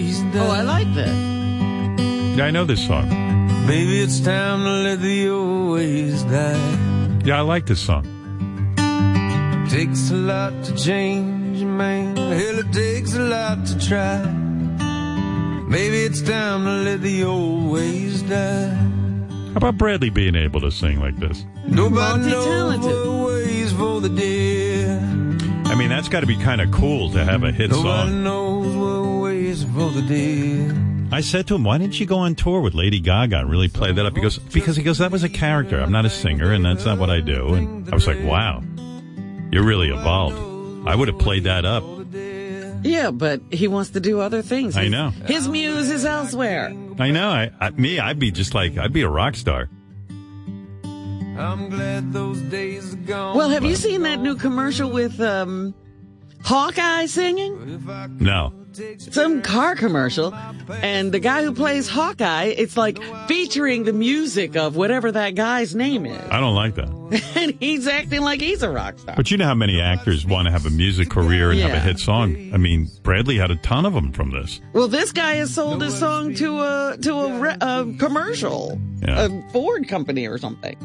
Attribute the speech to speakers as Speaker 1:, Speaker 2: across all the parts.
Speaker 1: Oh, I like that.
Speaker 2: Yeah, I know this song.
Speaker 3: Baby, it's time to let the old ways die.
Speaker 2: Yeah, I like this song.
Speaker 3: Takes a lot to change a man. Hell, it takes a lot to try. Maybe it's time to let the old ways die.
Speaker 2: How about Bradley being able to sing like this?
Speaker 3: Nobody knows
Speaker 1: Multi-talented.
Speaker 3: what ways for the dead.
Speaker 2: I mean, that's got to be kind of cool to have a hit
Speaker 3: Nobody
Speaker 2: song.
Speaker 3: knows what ways for the dead.
Speaker 2: I said to him, "Why didn't you go on tour with Lady Gaga and really play that up?" He goes, "Because he goes, that was a character. I'm not a singer, and that's not what I do." And I was like, "Wow, you're really evolved. I would have played that up."
Speaker 1: Yeah, but he wants to do other things.
Speaker 2: I
Speaker 1: His-
Speaker 2: know.
Speaker 1: His muse is elsewhere.
Speaker 2: I know. I, I me, I'd be just like I'd be a rock star.
Speaker 3: I'm glad those days are gone.
Speaker 1: Well, have you seen that new commercial with um, Hawkeye singing?
Speaker 2: No,
Speaker 1: Some car commercial. And the guy who plays Hawkeye, it's like featuring the music of whatever that guy's name is.
Speaker 2: I don't like that.
Speaker 1: And he's acting like he's a rock star.
Speaker 2: But you know how many actors want to have a music career and have a
Speaker 1: Yeah.
Speaker 2: hit song. I mean, Bradley had a ton of them from this.
Speaker 1: Well, this guy has sold his song to a to a, re- a commercial,
Speaker 2: Yeah.
Speaker 1: a Ford company or something.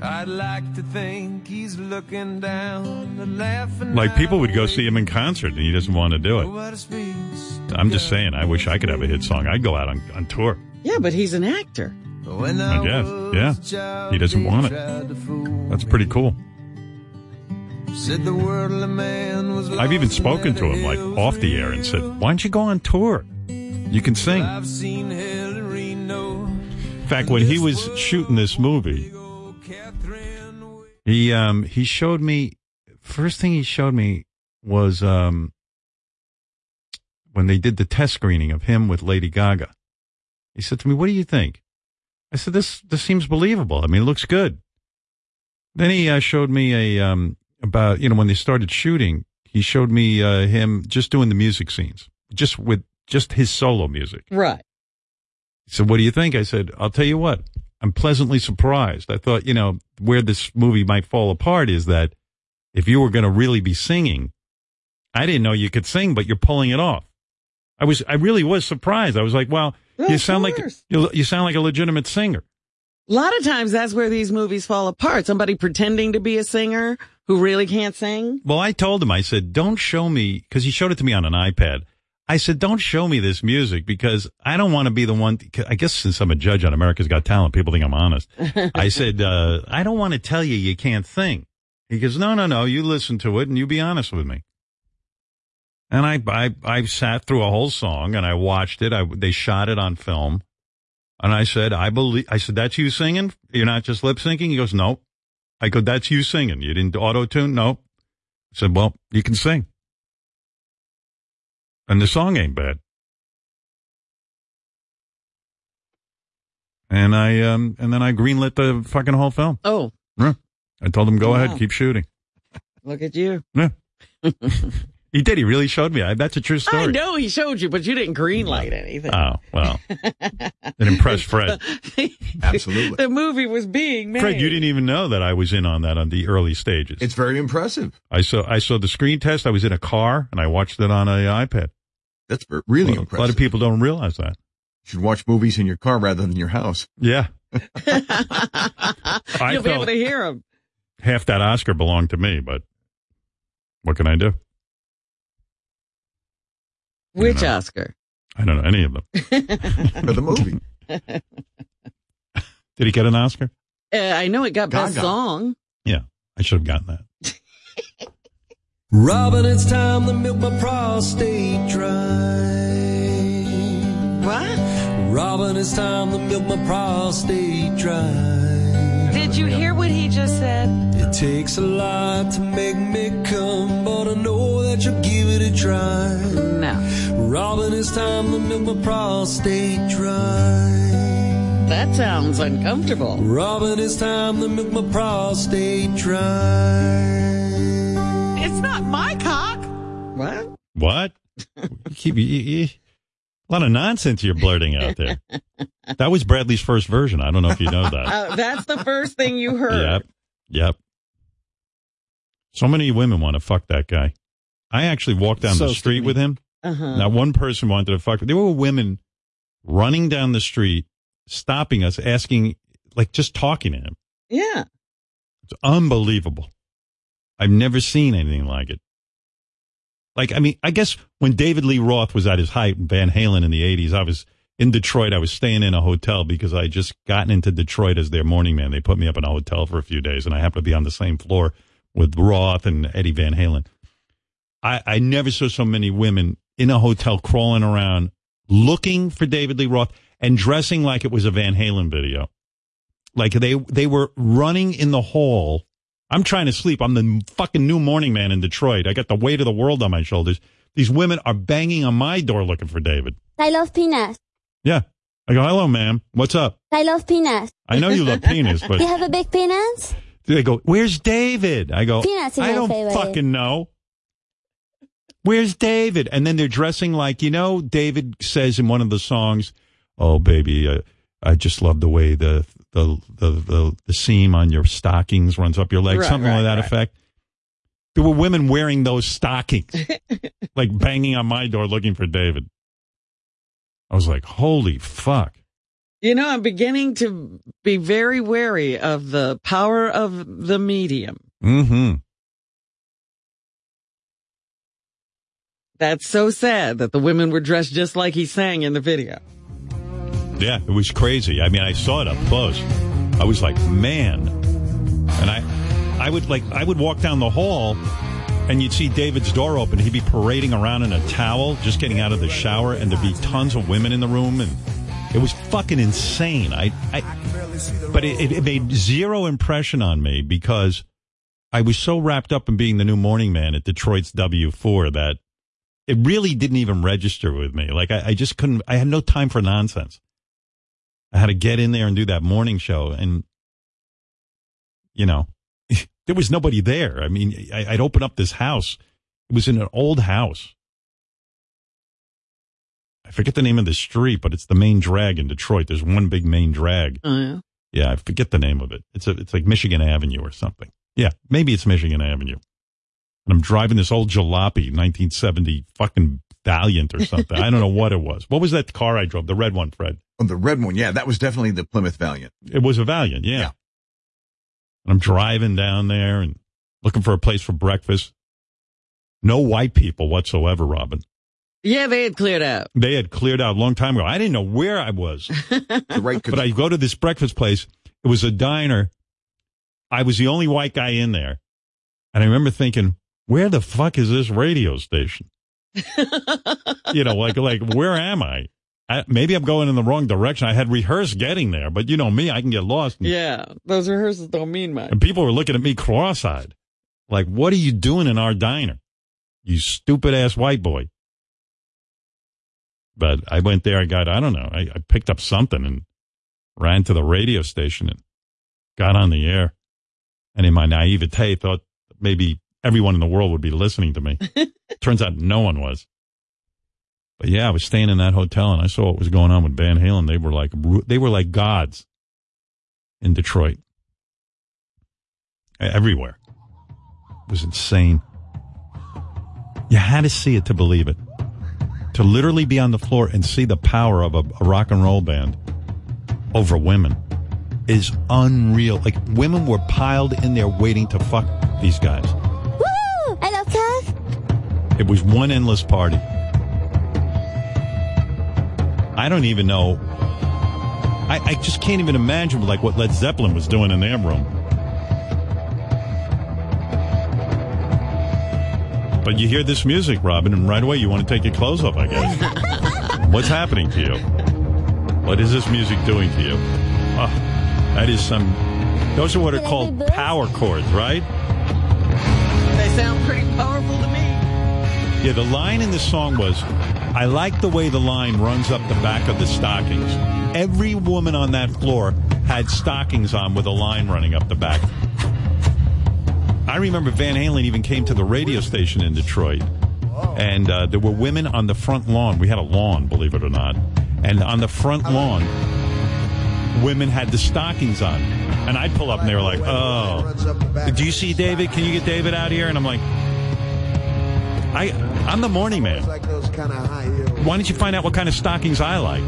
Speaker 3: I'd like to think he's looking down and laughing.
Speaker 2: Like people would go see him in concert, and he doesn't want to do it.
Speaker 3: Nobody speaks.
Speaker 2: I'm just saying, I wish I could have a hit song. I'd go out on, on tour.
Speaker 1: Yeah, but he's an actor.
Speaker 3: When
Speaker 2: I guess,
Speaker 3: was
Speaker 2: yeah.
Speaker 3: a child,
Speaker 2: He doesn't
Speaker 3: they
Speaker 2: want it.
Speaker 3: tried to fool
Speaker 2: That's
Speaker 3: me.
Speaker 2: pretty cool.
Speaker 3: Said the worldly man was
Speaker 2: I've even
Speaker 3: lost and
Speaker 2: spoken
Speaker 3: that
Speaker 2: to him like
Speaker 3: hell's
Speaker 2: off the air and said,
Speaker 3: real.
Speaker 2: "Why don't you go on tour? You can sing."
Speaker 3: I've seen hell in Reno.
Speaker 2: In fact, when he was shooting this movie,
Speaker 3: Oh, Catherine,
Speaker 2: He um he showed me first thing he showed me was um when they did the test screening of him with Lady Gaga. He said to me, "What do you think?" I said, "This this seems believable. I mean, it looks good." Then he uh, showed me a um about you know when they started shooting, he showed me uh, him just doing the music scenes, just with just his solo music.
Speaker 1: Right.
Speaker 2: He said, What do you think? I said, I'll tell you what, I'm pleasantly surprised. I thought, you know, where this movie might fall apart is that if you were going to really be singing, I didn't know you could sing, but you're pulling it off. I was, I really was surprised. I was like, well,
Speaker 1: Well,
Speaker 2: you
Speaker 1: of
Speaker 2: sound like,
Speaker 1: course.
Speaker 2: you, you sound like a legitimate singer.
Speaker 1: A lot of times that's where these movies fall apart. Somebody pretending to be a singer who really can't sing.
Speaker 2: Well, I told him, I said, don't show me, cause he showed it to me on an iPad. I said, don't show me this music because I don't want to be the one. 'cause I guess since I'm a judge on America's Got Talent, people think I'm honest. I said, uh, I don't want to tell you you can't sing. He goes, no, no, no, you listen to it and you be honest with me. And I, I, I sat through a whole song and I watched it. I, they shot it on film. And I said, I believe, I said, that's you singing? You're not just lip syncing? He goes, nope. I go, that's you singing. You didn't auto tune? Nope said, Well, you can sing. And the song ain't bad. And I um and then I greenlit the fucking whole film.
Speaker 1: Oh,
Speaker 2: Yeah. I told him, Go
Speaker 1: Wow.
Speaker 2: ahead, keep shooting.
Speaker 1: look at you.
Speaker 2: Yeah. he did, he really showed me. I, that's a true story.
Speaker 1: I know he showed you, but you didn't green light anything.
Speaker 2: Oh, well. it impressed Fred.
Speaker 4: Absolutely.
Speaker 1: the movie was being made.
Speaker 2: Fred, you didn't even know that I was in on that on the early stages.
Speaker 4: It's very impressive.
Speaker 2: I saw I saw the screen test. I was in a car and I watched it on an iPad.
Speaker 4: That's ver- really
Speaker 2: Well,
Speaker 4: impressive.
Speaker 2: a lot of people don't realize that.
Speaker 4: You should watch movies in your car rather than your house.
Speaker 2: Yeah.
Speaker 1: You'll
Speaker 2: I
Speaker 1: be able
Speaker 2: felt
Speaker 1: to hear him.
Speaker 2: half that Oscar belonged to me, but what can I do?
Speaker 1: Which
Speaker 2: know.
Speaker 1: Oscar?
Speaker 2: I don't know any of them.
Speaker 4: For the movie.
Speaker 2: Did he get an Oscar?
Speaker 1: Uh, I know it got best
Speaker 4: Gaga.
Speaker 1: song.
Speaker 2: Yeah, I should have gotten that.
Speaker 3: Robin, it's time to milk my prostate dry.
Speaker 1: What?
Speaker 3: Robin, it's time to milk my prostate dry.
Speaker 5: Did you hear what he just said?
Speaker 3: It takes a lot to make me come, but I know that you'll give it a try.
Speaker 1: No,
Speaker 3: Robin, it's time to milk my prostate dry.
Speaker 1: that sounds uncomfortable.
Speaker 3: Robin, it's time to milk my prostate dry.
Speaker 5: It's not my cock.
Speaker 1: What?
Speaker 2: What? You keep you- you- you- a lot of nonsense you're blurting out there. that was Bradley's first version. I don't know if you know that.
Speaker 1: Uh, that's the first thing you heard.
Speaker 2: yep, yep. So many women want to fuck that guy. I actually walked down
Speaker 6: So
Speaker 2: the street
Speaker 6: skinny.
Speaker 2: with him. Not one person wanted to fuck. There were women running down the street, stopping us, asking, like, just talking to him.
Speaker 1: Yeah.
Speaker 2: It's unbelievable. I've never seen anything like it. Like, I mean, I guess when David Lee Roth was at his height in Van Halen in the 80s, I was in Detroit. I was staying in a hotel because I had just gotten into Detroit as their morning man. They put me up in a hotel for a few days and I happened to be on the same floor with Roth and Eddie Van Halen. I, I never saw so many women in a hotel crawling around looking for David Lee Roth and dressing like it was a Van Halen video like they they were running in the hall. I'm trying to sleep. I'm the fucking new morning man in Detroit. I got the weight of the world on my shoulders. These women are banging on my door looking for David.
Speaker 6: I love peanuts.
Speaker 2: Yeah. I go, hello, ma'am. What's up?
Speaker 6: I love peanuts.
Speaker 2: I know you love penis,
Speaker 6: Do you
Speaker 2: but
Speaker 6: have a big penis?
Speaker 2: they go, where's David? I go,
Speaker 6: Peanuts is
Speaker 2: I
Speaker 6: my
Speaker 2: don't
Speaker 6: favorite.
Speaker 2: fucking know. Where's David? And then they're dressing like, you know, David says in one of the songs, oh, baby, uh, I just love the way the, the, the, the, the seam on your stockings runs up your leg,
Speaker 1: Right,
Speaker 2: something
Speaker 1: right,
Speaker 2: like that
Speaker 1: right.
Speaker 2: effect. There were women wearing those stockings, like banging on my door looking for David. I was like, holy fuck.
Speaker 1: You know, I'm beginning to be very wary of the power of the medium.
Speaker 2: Mm-hmm.
Speaker 1: That's so sad that the women were dressed just like he sang in the video.
Speaker 2: Yeah, it was crazy. I mean, I saw it up close. I was like, man. And I, I would like, I would walk down the hall, and you'd see David's door open. He'd be parading around in a towel, just getting out of the shower, and there'd be tons of women in the room, and it was fucking insane. I, I but it, it, it made zero impression on me because I was so wrapped up in being the new morning man at Detroit's W four that it really didn't even register with me. Like I, I just couldn't. I had no time for nonsense. I had to get in there and do that morning show, and you know, there was nobody there. I mean, I, I'd open up this house. It was in an old house. I forget the name of the street, but it's the main drag in Detroit. There's one big main drag.
Speaker 1: Oh, yeah.
Speaker 2: Yeah, I forget the name of it. It's a, it's like Michigan Avenue or something. Yeah, maybe it's Michigan Avenue. And I'm driving this old jalopy, 1970 fucking Valiant or something. I don't know what it was. What was that car I drove? The red one, Fred.
Speaker 4: Oh, the red one, yeah, that was definitely the Plymouth Valiant.
Speaker 2: It was a Valiant, yeah.
Speaker 4: Yeah.
Speaker 2: And I'm driving down there and looking for a place for breakfast. No white people whatsoever, Robin.
Speaker 1: Yeah, they had cleared out.
Speaker 2: They had cleared out a long time ago. I didn't know where I was.
Speaker 4: The right,
Speaker 2: but I go to this breakfast place. It was a diner. I was the only white guy in there. And I remember thinking, where the fuck is this radio station? you know, like, like, where am I? I? Maybe I'm going in the wrong direction. I had rehearsed getting there, but you know me, I can get lost. And,
Speaker 1: Yeah, those rehearsals don't mean much.
Speaker 2: and people were looking at me cross-eyed. Like, what are you doing in our diner? You stupid ass white boy. But I went there. I got, I don't know. I, I picked up something and ran to the radio station and got on the air. And in my naivete, thought maybe everyone in the world would be listening to me. Turns out no one was. But yeah, I was staying in that hotel and I saw what was going on with Van Halen. They were like, ru- they were like gods in Detroit everywhere. It was insane. You had to see it to believe it. To literally be on the floor and see the power of a, a rock and roll band over women is unreal. Like women were piled in there waiting to fuck these guys.
Speaker 6: Woo! I love cock.
Speaker 2: It was one endless party. I don't even know. I, I just can't even imagine like what Led Zeppelin was doing in their room. But you hear this music, Robin, and right away you want to take your clothes off, I guess. What's happening to you? What is this music doing to you? Oh, that is some. Those are what are
Speaker 6: Can I
Speaker 2: called
Speaker 6: do this?
Speaker 2: power chords, right?
Speaker 1: They sound pretty powerful to me.
Speaker 2: Yeah, the line in the song was, I like the way the line runs up the back of the stockings. Every woman on that floor had stockings on with a line running up the back. I remember Van Halen even came to the radio station in Detroit, and uh, there were women on the front lawn. We had a lawn, believe it or not. And on the front lawn, women had the stockings on. And I'd pull up and they were like, oh, do you see David? Can you get David out here? And I'm like, I I'm the morning man.
Speaker 7: Like those kind of high heels.
Speaker 2: Why don't you find out what kind of stockings I like?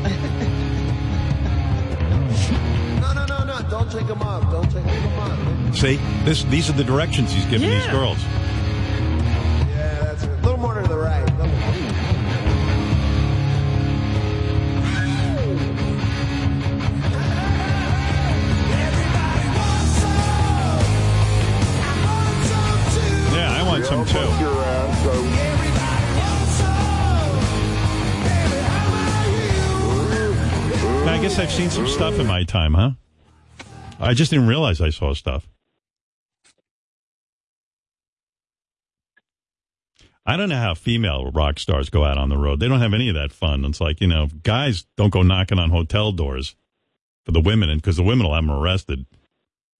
Speaker 7: No, no, no, no. Don't take them off. Don't take them off.
Speaker 2: See, this these are the directions he's giving these
Speaker 1: Yeah.
Speaker 2: girls.
Speaker 7: Yeah, that's it. A little more to the right. A little-
Speaker 2: Yeah, I want some too. I guess I've seen some stuff in my time, huh? I just didn't realize I saw stuff. I don't know how female rock stars go out on the road. They don't have any of that fun. It's like, you know, guys don't go knocking on hotel doors for the women because the women will have them arrested.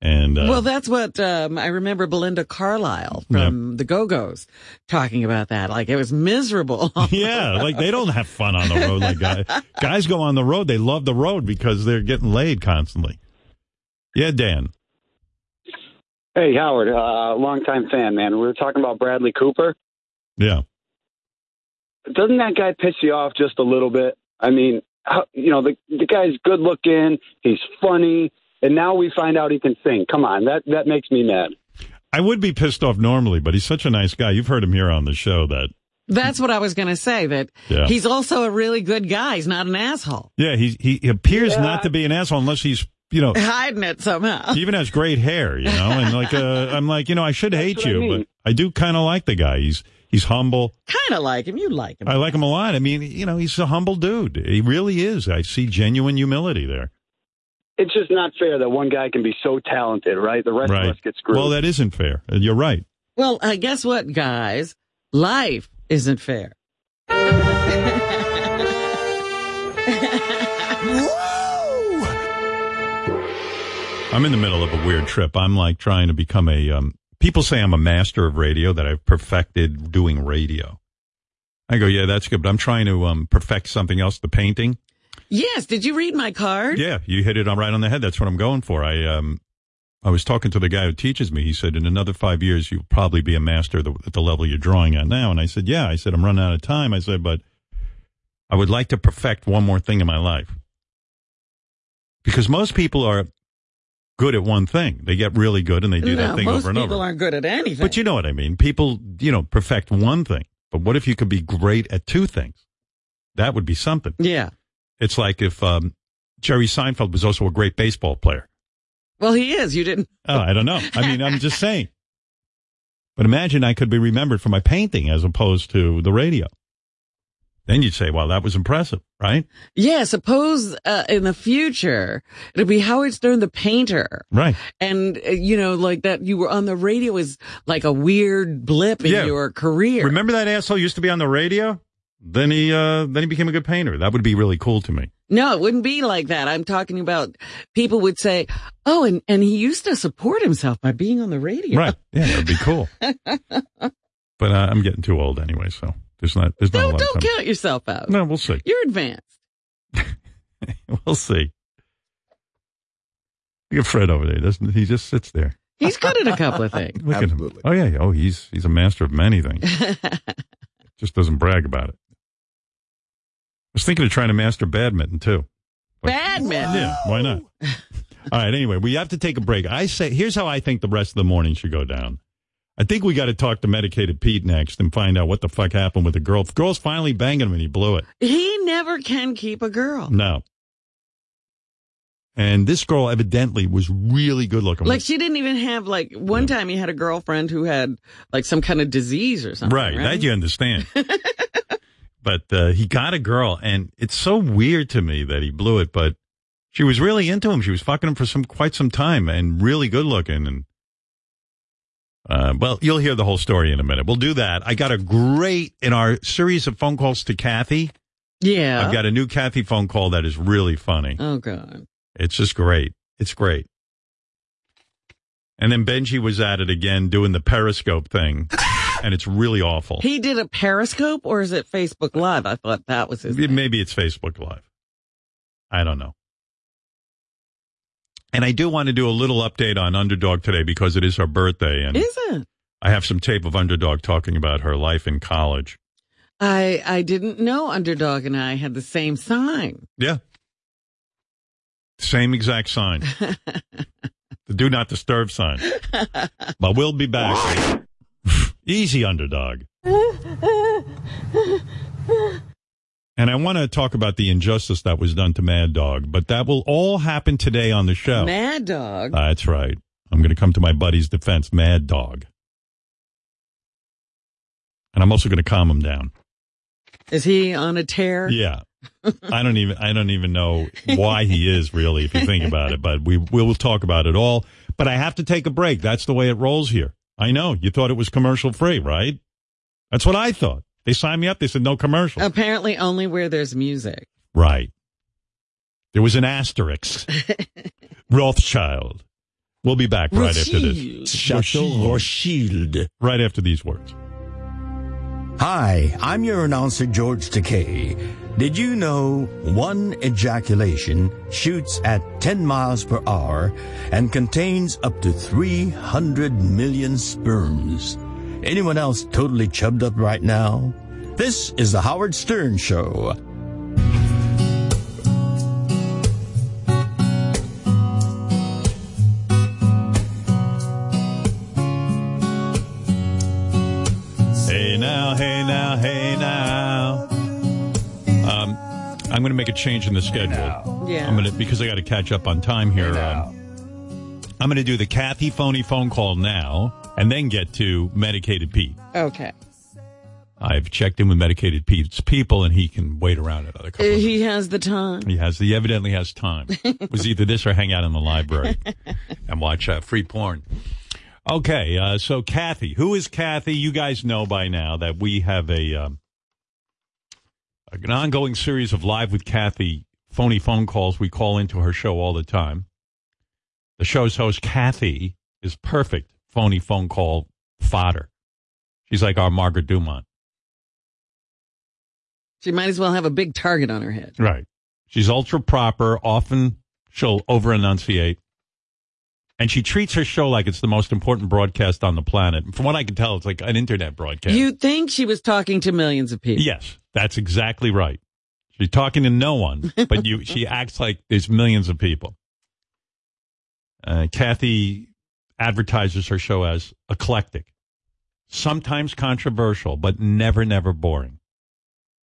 Speaker 2: And uh,
Speaker 1: Well, that's what um, I remember Belinda Carlisle from the Go Go's talking about that. Like it was miserable.
Speaker 2: yeah, like they don't have fun on the road. Like guys, guys go on the road. They love the road because they're getting laid constantly. Yeah, Dan.
Speaker 8: Hey, Howard, uh, longtime fan, man. We were talking about Bradley Cooper.
Speaker 2: Yeah,
Speaker 8: Doesn't that guy piss you off just a little bit? I mean, how, you know, the the guy's good looking, he's funny, and now we find out he can sing. Come on, that that makes me mad.
Speaker 2: I would be pissed off normally, but he's such a nice guy. You've heard him here on the show. That
Speaker 1: That's what I was going to say. That
Speaker 2: Yeah.
Speaker 1: he's also a really good guy. He's not an asshole.
Speaker 2: yeah, he he appears not to be an asshole unless he's you know
Speaker 1: Hiding it somehow.
Speaker 2: he even has great hair. You know, and like uh, I'm like you know I should hate
Speaker 8: what I
Speaker 2: you,
Speaker 8: mean.
Speaker 2: but I do kind of like the guy. He's he's humble.
Speaker 1: Kind of like him. You like him.
Speaker 2: I like him a lot. I mean, you know, he's a humble dude. He really is. I see genuine humility there.
Speaker 8: It's just not fair that one guy can be so talented, right? The rest of us get screwed.
Speaker 2: Well, that isn't fair. You're right.
Speaker 1: well, uh, guess what, guys? Life isn't fair.
Speaker 2: I'm in the middle of a weird trip. I'm like trying to become a. Um, people say I'm a master of radio, that I've perfected doing radio. I go, yeah, that's good, but I'm trying to um, perfect something else, the painting.
Speaker 1: Yes. Did you read my card?
Speaker 2: Yeah, you hit it on right on the head. That's what I'm going for. I um, I was talking to the guy who teaches me. He said, in another five years, you'll probably be a master at the, at the level you're drawing at now. And I said, yeah. I said, I'm running out of time. I said, but I would like to perfect one more thing in my life because most people are good at one thing. They get really good and they do that
Speaker 1: No,
Speaker 2: thing
Speaker 1: most
Speaker 2: over and
Speaker 1: people
Speaker 2: over.
Speaker 1: aren't good at anything.
Speaker 2: But you know what I mean. People, you know, perfect one thing. But what if you could be great at two things? That would be something.
Speaker 1: yeah.
Speaker 2: It's like if um, Jerry Seinfeld was also a great baseball player.
Speaker 1: Well, he is. You didn't.
Speaker 2: Oh, I don't know. I mean, I'm just saying. But imagine I could be remembered for my painting as opposed to the radio. Then you'd say, "Wow, that was impressive," right?
Speaker 1: Yeah. Suppose uh, in the future it'll be Howard Stern, the painter.
Speaker 2: Right.
Speaker 1: And, uh, you know, like that you were on the radio is like a weird blip in
Speaker 2: Yeah.
Speaker 1: your career.
Speaker 2: Remember that asshole used to be on the radio. Then he uh, then he became a good painter. That would be really cool to me.
Speaker 1: No, it wouldn't be like that. I'm talking about people would say, "Oh, and and he used to support himself by being on the radio."
Speaker 2: Right? Yeah, that'd be cool. but uh, I'm getting too old anyway, so there's not there's not a
Speaker 1: Don't
Speaker 2: lot
Speaker 1: don't
Speaker 2: of time.
Speaker 1: count yourself out.
Speaker 2: No, we'll see.
Speaker 1: You're advanced.
Speaker 2: We'll see. Look at Fred over there. Doesn't he just sits there?
Speaker 1: He's good at a couple of things.
Speaker 2: Look
Speaker 4: Absolutely.
Speaker 2: at him. Oh yeah. Oh, he's he's a master of many things. Just doesn't brag about it. I was thinking of trying to master badminton too.
Speaker 1: Badminton.
Speaker 2: Yeah, why not? All right. Anyway, we have to take a break. I say, here's how I think the rest of the morning should go down. I think we got to talk to medicated Pete next and find out what the fuck happened with the girl. The girl's finally banging him and he blew it.
Speaker 1: He never can keep a girl.
Speaker 2: No. And this girl evidently was really good looking.
Speaker 1: Like she didn't even have like one time he had a girlfriend who had like some kind of disease or something.
Speaker 2: Right,
Speaker 1: Right.
Speaker 2: that you understand. but uh, he got a girl, and it's so weird to me that he blew it. But she was really into him. She was fucking him for some quite some time, and really good looking. And uh, well, you'll hear the whole story in a minute. We'll do that. I got a great in our series of phone calls to Kathy.
Speaker 1: yeah.
Speaker 2: I've got a new Kathy phone call that is really funny.
Speaker 1: oh god.
Speaker 2: It's just great. It's great. And then Benji was at it again doing the Periscope thing, and it's really awful.
Speaker 1: He did a Periscope or is it Facebook Live? I thought that was his.
Speaker 2: It-
Speaker 1: thing.
Speaker 2: maybe it's Facebook Live. I don't know. And I do want to do a little update on Underdog today because it is her birthday, and
Speaker 1: Is it?
Speaker 2: I have some tape of Underdog talking about her life in college.
Speaker 1: I I didn't know Underdog and I had the same sign.
Speaker 2: Yeah. Same exact sign. the do not disturb sign. But we'll be back. Easy underdog. And I want to talk about the injustice that was done to Mad Dog, but that will all happen today on the show.
Speaker 1: Mad Dog.
Speaker 2: That's right. I'm going to come to my buddy's defense, Mad Dog. And I'm also going to calm him down.
Speaker 1: Is he on a tear?
Speaker 2: Yeah. I don't even I don't even know why he is really if you think about it, but we we will talk about it all. But I have to take a break. That's the way it rolls here. I know. You thought it was commercial free, right? That's what I thought. They signed me up. They said no commercial.
Speaker 1: Apparently only where there's music.
Speaker 2: Right. There was an asterisk. Rothschild. We'll be back right after this.
Speaker 9: Shuttle or shield.
Speaker 2: Right after these words.
Speaker 9: Hi, I'm your announcer, George Takei. Did you know one ejaculation shoots at 10 miles per hour and contains up to 300 million sperms? Anyone else totally chubbed up right now? This is The Howard Stern Show.
Speaker 2: Hey now, hey now, hey now. Um, I'm going to make a change in the schedule.
Speaker 1: Yeah.
Speaker 2: I'm gonna because I got to catch up on time here. um, I'm gonna do the Kathy phony phone call now, and then get to medicated Pete.
Speaker 1: Okay.
Speaker 2: I've checked in with medicated Pete's people, and he can wait around another
Speaker 1: Uh,
Speaker 2: couple. of minutes.
Speaker 1: He has the time.
Speaker 2: He has. He evidently has time. It was either this or hang out in the library and watch uh, free porn. Okay, uh, so Kathy, who is Kathy? You guys know by now that we have a um, an ongoing series of live with Kathy phony phone calls. We call into her show all the time. The show's host Kathy is perfect phony phone call fodder. She's like our Margaret Dumont.
Speaker 1: She might as well have a big target on her head.
Speaker 2: Right. She's ultra proper. Often she'll over enunciate. And she treats her show like it's the most important broadcast on the planet. From what I can tell, it's like an internet broadcast.
Speaker 1: You'd think she was talking to millions of people.
Speaker 2: yes, that's exactly right. She's talking to no one, but you, she acts like there's millions of people. Uh, Kathy advertises her show as eclectic, sometimes controversial, but never, never boring.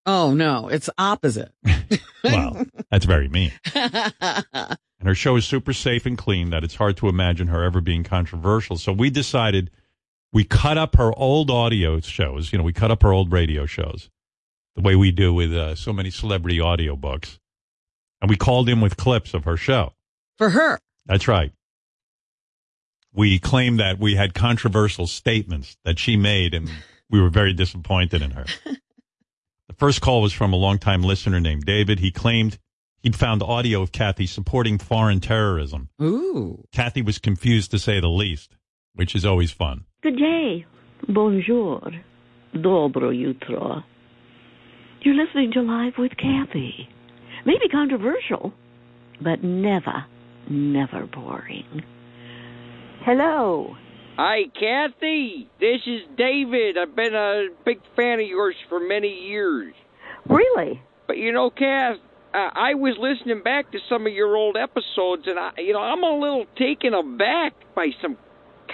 Speaker 1: Oh no, it's opposite.
Speaker 2: Wow, that's very mean.
Speaker 1: yeah.
Speaker 2: and her show is super safe and clean that it's hard to imagine her ever being controversial. So we decided we cut up her old audio shows. You know, we cut up her old radio shows the way we do with uh, so many celebrity audiobooks. And we called in with clips of her show.
Speaker 1: For her.
Speaker 2: That's right. We claimed that we had controversial statements that she made, and we were very disappointed in her. the first call was from a longtime listener named David. He claimed he'd found audio of Kathy supporting foreign terrorism.
Speaker 1: Ooh.
Speaker 2: Kathy was confused to say the least, which is always fun.
Speaker 10: Good day. Bonjour. Dobro jutro. You're listening to Live with Kathy. Maybe controversial, but never, never boring. Hello.
Speaker 11: Hi, Kathy. This is David. I've been a big fan of yours for many years.
Speaker 10: Really?
Speaker 11: But you know, Kath, uh, I was listening back to some of your old episodes, and I, you know, I'm a little taken aback by some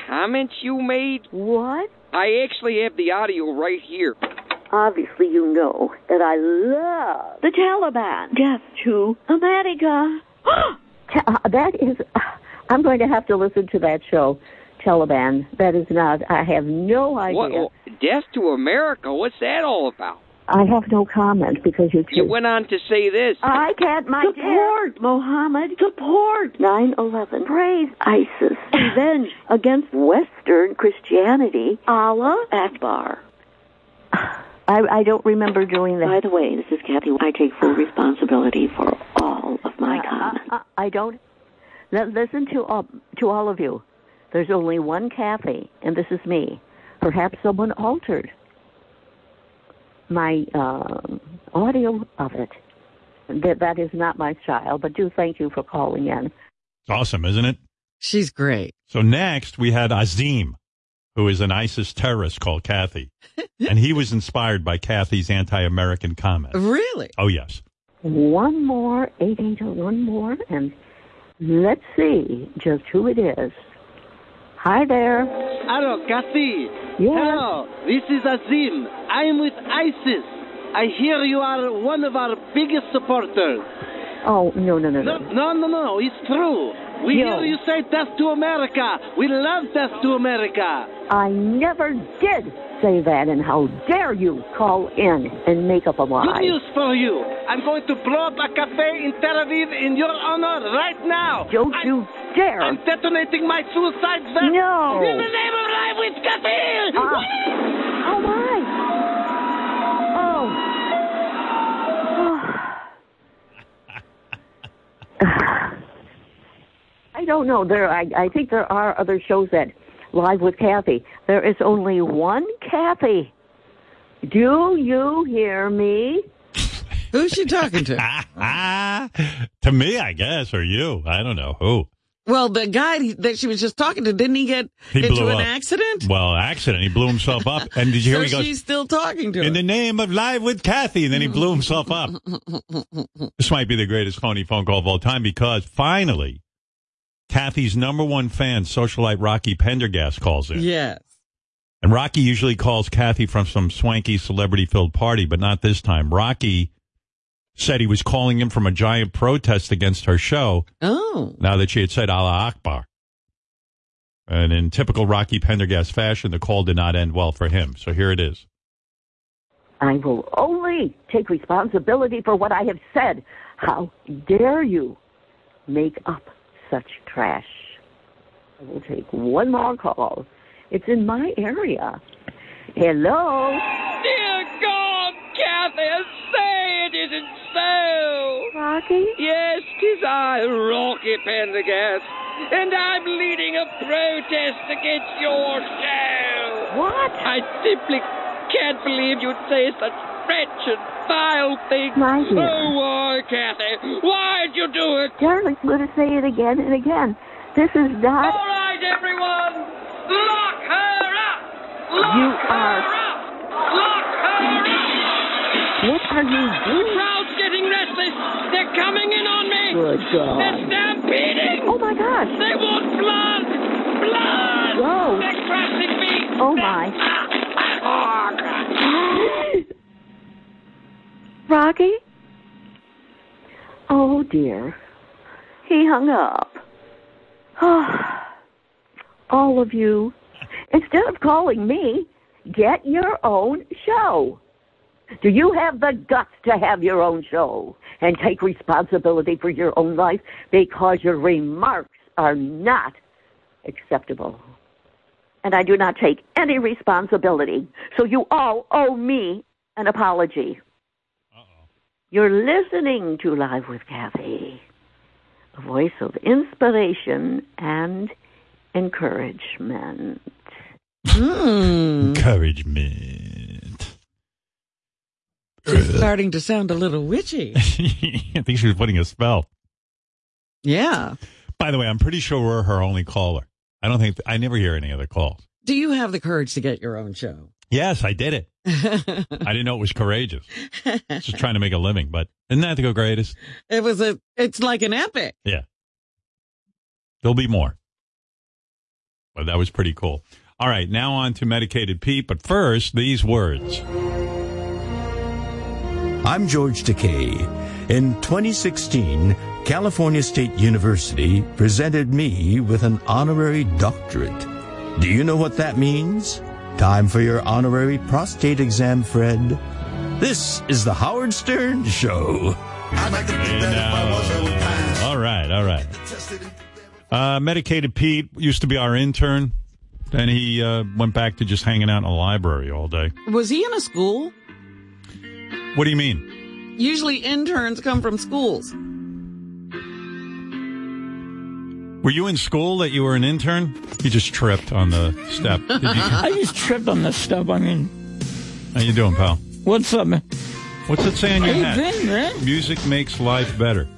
Speaker 11: comments you made.
Speaker 10: What?
Speaker 11: I actually have the audio right here.
Speaker 10: Obviously, you know that I love the Taliban. Death to America. Ta- uh, that is. uh, I'm going to have to listen to that show, Taliban. That is not. I have no idea.
Speaker 11: What? Death to America? What's that all about?
Speaker 10: I have no comment because you.
Speaker 11: You went on to say this.
Speaker 10: I can't, my Support, Mohammed. Support 9 11. Praise ISIS. Revenge against Western Christianity. Allah Akbar. I, I don't remember doing that. By the way, this is Kathy. I take full responsibility for all of my comments. Uh, I, don't. li- Listen to all, to all of you. There's only one Kathy, and this is me. Perhaps someone altered my um audio of it. That that is not my style, but do thank you for calling in.
Speaker 2: It's awesome, isn't it?
Speaker 1: She's great.
Speaker 2: So next we had Azim. who is an ISIS terrorist called Kathy. and he was inspired by Kathy's anti American comment.
Speaker 1: Really?
Speaker 2: Oh, yes.
Speaker 10: One more, eight angel, one more, and let's see just who it is. Hi there.
Speaker 12: Hello, Kathy.
Speaker 10: Yes.
Speaker 12: Hello, this is Azim. I am with ISIS. I hear you are one of our biggest supporters.
Speaker 10: Oh no no no
Speaker 12: No,
Speaker 10: no.
Speaker 12: no, no, no, it's true. We
Speaker 10: Yo.
Speaker 12: hear you say death to America. We love death to America.
Speaker 10: I never did say that, and how dare you call in and make up a
Speaker 12: Good
Speaker 10: lie?
Speaker 12: news for you. I'm going to blow up a cafe in Tel Aviv in your honor right now.
Speaker 10: Don't
Speaker 12: I'm,
Speaker 10: you dare!
Speaker 12: I'm detonating my suicide vest.
Speaker 10: No.
Speaker 12: In the name of life with Kathy!
Speaker 3: Ah.
Speaker 10: Oh my! Oh. I don't know. There, I, I think there are other shows that live with Kathy. There is only one Kathy. Do you hear me?
Speaker 1: Who's she talking to?
Speaker 2: to me, I guess, or you. I don't know who.
Speaker 1: Well, the guy that she was just talking to, didn't he get
Speaker 2: He
Speaker 1: into
Speaker 2: blew
Speaker 1: an
Speaker 2: up.
Speaker 1: accident?
Speaker 2: Well, accident. He blew himself up. And did you hear
Speaker 1: so
Speaker 2: he goes,
Speaker 1: she's still talking to
Speaker 2: in
Speaker 1: him.
Speaker 2: the name of Live with Kathy. And then he blew himself up. this might be the greatest phony phone call of all time because finally, Kathy's number one fan, socialite Rocky Pendergast, calls in.
Speaker 1: Yes.
Speaker 2: And Rocky usually calls Kathy from some swanky celebrity filled party, but not this time. Rocky said he was calling him from a giant protest against her show.
Speaker 1: Oh.
Speaker 2: Now that she had said Allah Akbar. And in typical Rocky Pendergast fashion, the call did not end well for him. So here it is.
Speaker 10: I will only take responsibility for what I have said. How dare you make up such trash? I will take one more call. It's in my area. Hello.
Speaker 12: Oh,
Speaker 13: Dear God, Kathy, I say it isn't so.
Speaker 10: Rocky?
Speaker 13: Yes, 'tis I, Rocky Pendergast, and I'm leading a protest against your show.
Speaker 10: What?
Speaker 13: I simply can't believe you'd say such wretched, vile things.
Speaker 10: My dear.
Speaker 13: Oh, why, Kathy? Why'd you do it?
Speaker 10: Darling, I'm going to say it again and again. This is not.
Speaker 13: All right, everyone, lock her up. Lock
Speaker 10: You
Speaker 13: her
Speaker 10: are-
Speaker 13: up. Lock her up.
Speaker 10: What are you
Speaker 13: The
Speaker 10: doing?
Speaker 13: crowd's getting restless. They're coming in on me.
Speaker 10: Good God.
Speaker 13: They're stampeding.
Speaker 10: Oh my gosh.
Speaker 13: They want blood. Blood.
Speaker 10: Whoa.
Speaker 13: They're crashing me.
Speaker 10: Oh my.
Speaker 13: Oh,
Speaker 10: Rocky? Oh dear. He hung up. All of you, instead of calling me, get your own show. Do you have the guts to have your own show and take responsibility for your own life because your remarks are not acceptable? And I do not take any responsibility, so you all owe me an apology. You're listening to Live with Kathy, a voice of inspiration and encouragement.
Speaker 1: Hmm.
Speaker 2: Encouragement.
Speaker 1: She's starting to sound a little witchy.
Speaker 2: I think she was putting a spell.
Speaker 1: Yeah.
Speaker 2: By the way, I'm pretty sure we're her only caller. I don't think I never hear any other calls.
Speaker 1: Do you have the courage to get your own show?
Speaker 2: Yes, I did it. I didn't know it was courageous. Just trying to make a living, but isn't that the greatest?
Speaker 1: It was a. It's like an epic.
Speaker 2: Yeah. There'll be more. But that was pretty cool. All right, now on to medicated Pete, but first these words.
Speaker 9: I'm George Takei. In 2016, California State University presented me with an honorary doctorate. Do you know what that means? Time for your honorary prostate exam, Fred. This is the Howard Stern Show.
Speaker 2: And, uh, all right, all right. Uh, medicated Pete used to be our intern. Then he uh, went back to just hanging out in a library all day.
Speaker 1: Was he in a school?
Speaker 2: What do you mean?
Speaker 1: Usually interns come from schools.
Speaker 2: Were you in school that you were an intern? You just tripped on the step. Did you,
Speaker 14: I just tripped on this stuff. I mean,
Speaker 2: how you doing, pal?
Speaker 14: what's up, man?
Speaker 2: What's it saying? on your
Speaker 14: Hey,
Speaker 2: hat?
Speaker 14: Ben, man.
Speaker 2: Music makes life better.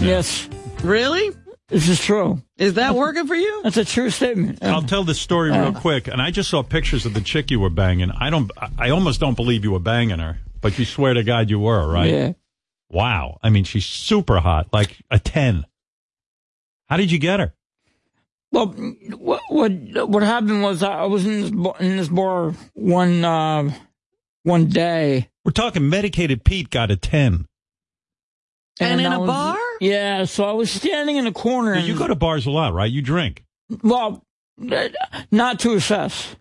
Speaker 14: Yes.
Speaker 1: Really?
Speaker 14: This is true.
Speaker 1: Is that working for you?
Speaker 14: That's a true statement.
Speaker 2: I'll tell this story real quick. And I just saw pictures of the chick you were banging. I don't. I- I almost don't believe you were banging her, but you swear to God you were, right?
Speaker 14: Yeah.
Speaker 2: Wow. I mean, she's super hot, like a ten. How did you get her?
Speaker 14: Well, what what what happened was I was in this bar, in this bar one uh, one day.
Speaker 2: We're talking medicated Pete got a ten.
Speaker 1: And in
Speaker 14: I
Speaker 1: a
Speaker 14: was-
Speaker 1: bar?
Speaker 14: Yeah. So I was standing in a corner.
Speaker 2: You
Speaker 14: and-
Speaker 2: go to bars a lot, right? You drink.
Speaker 14: Well, uh, not to assess.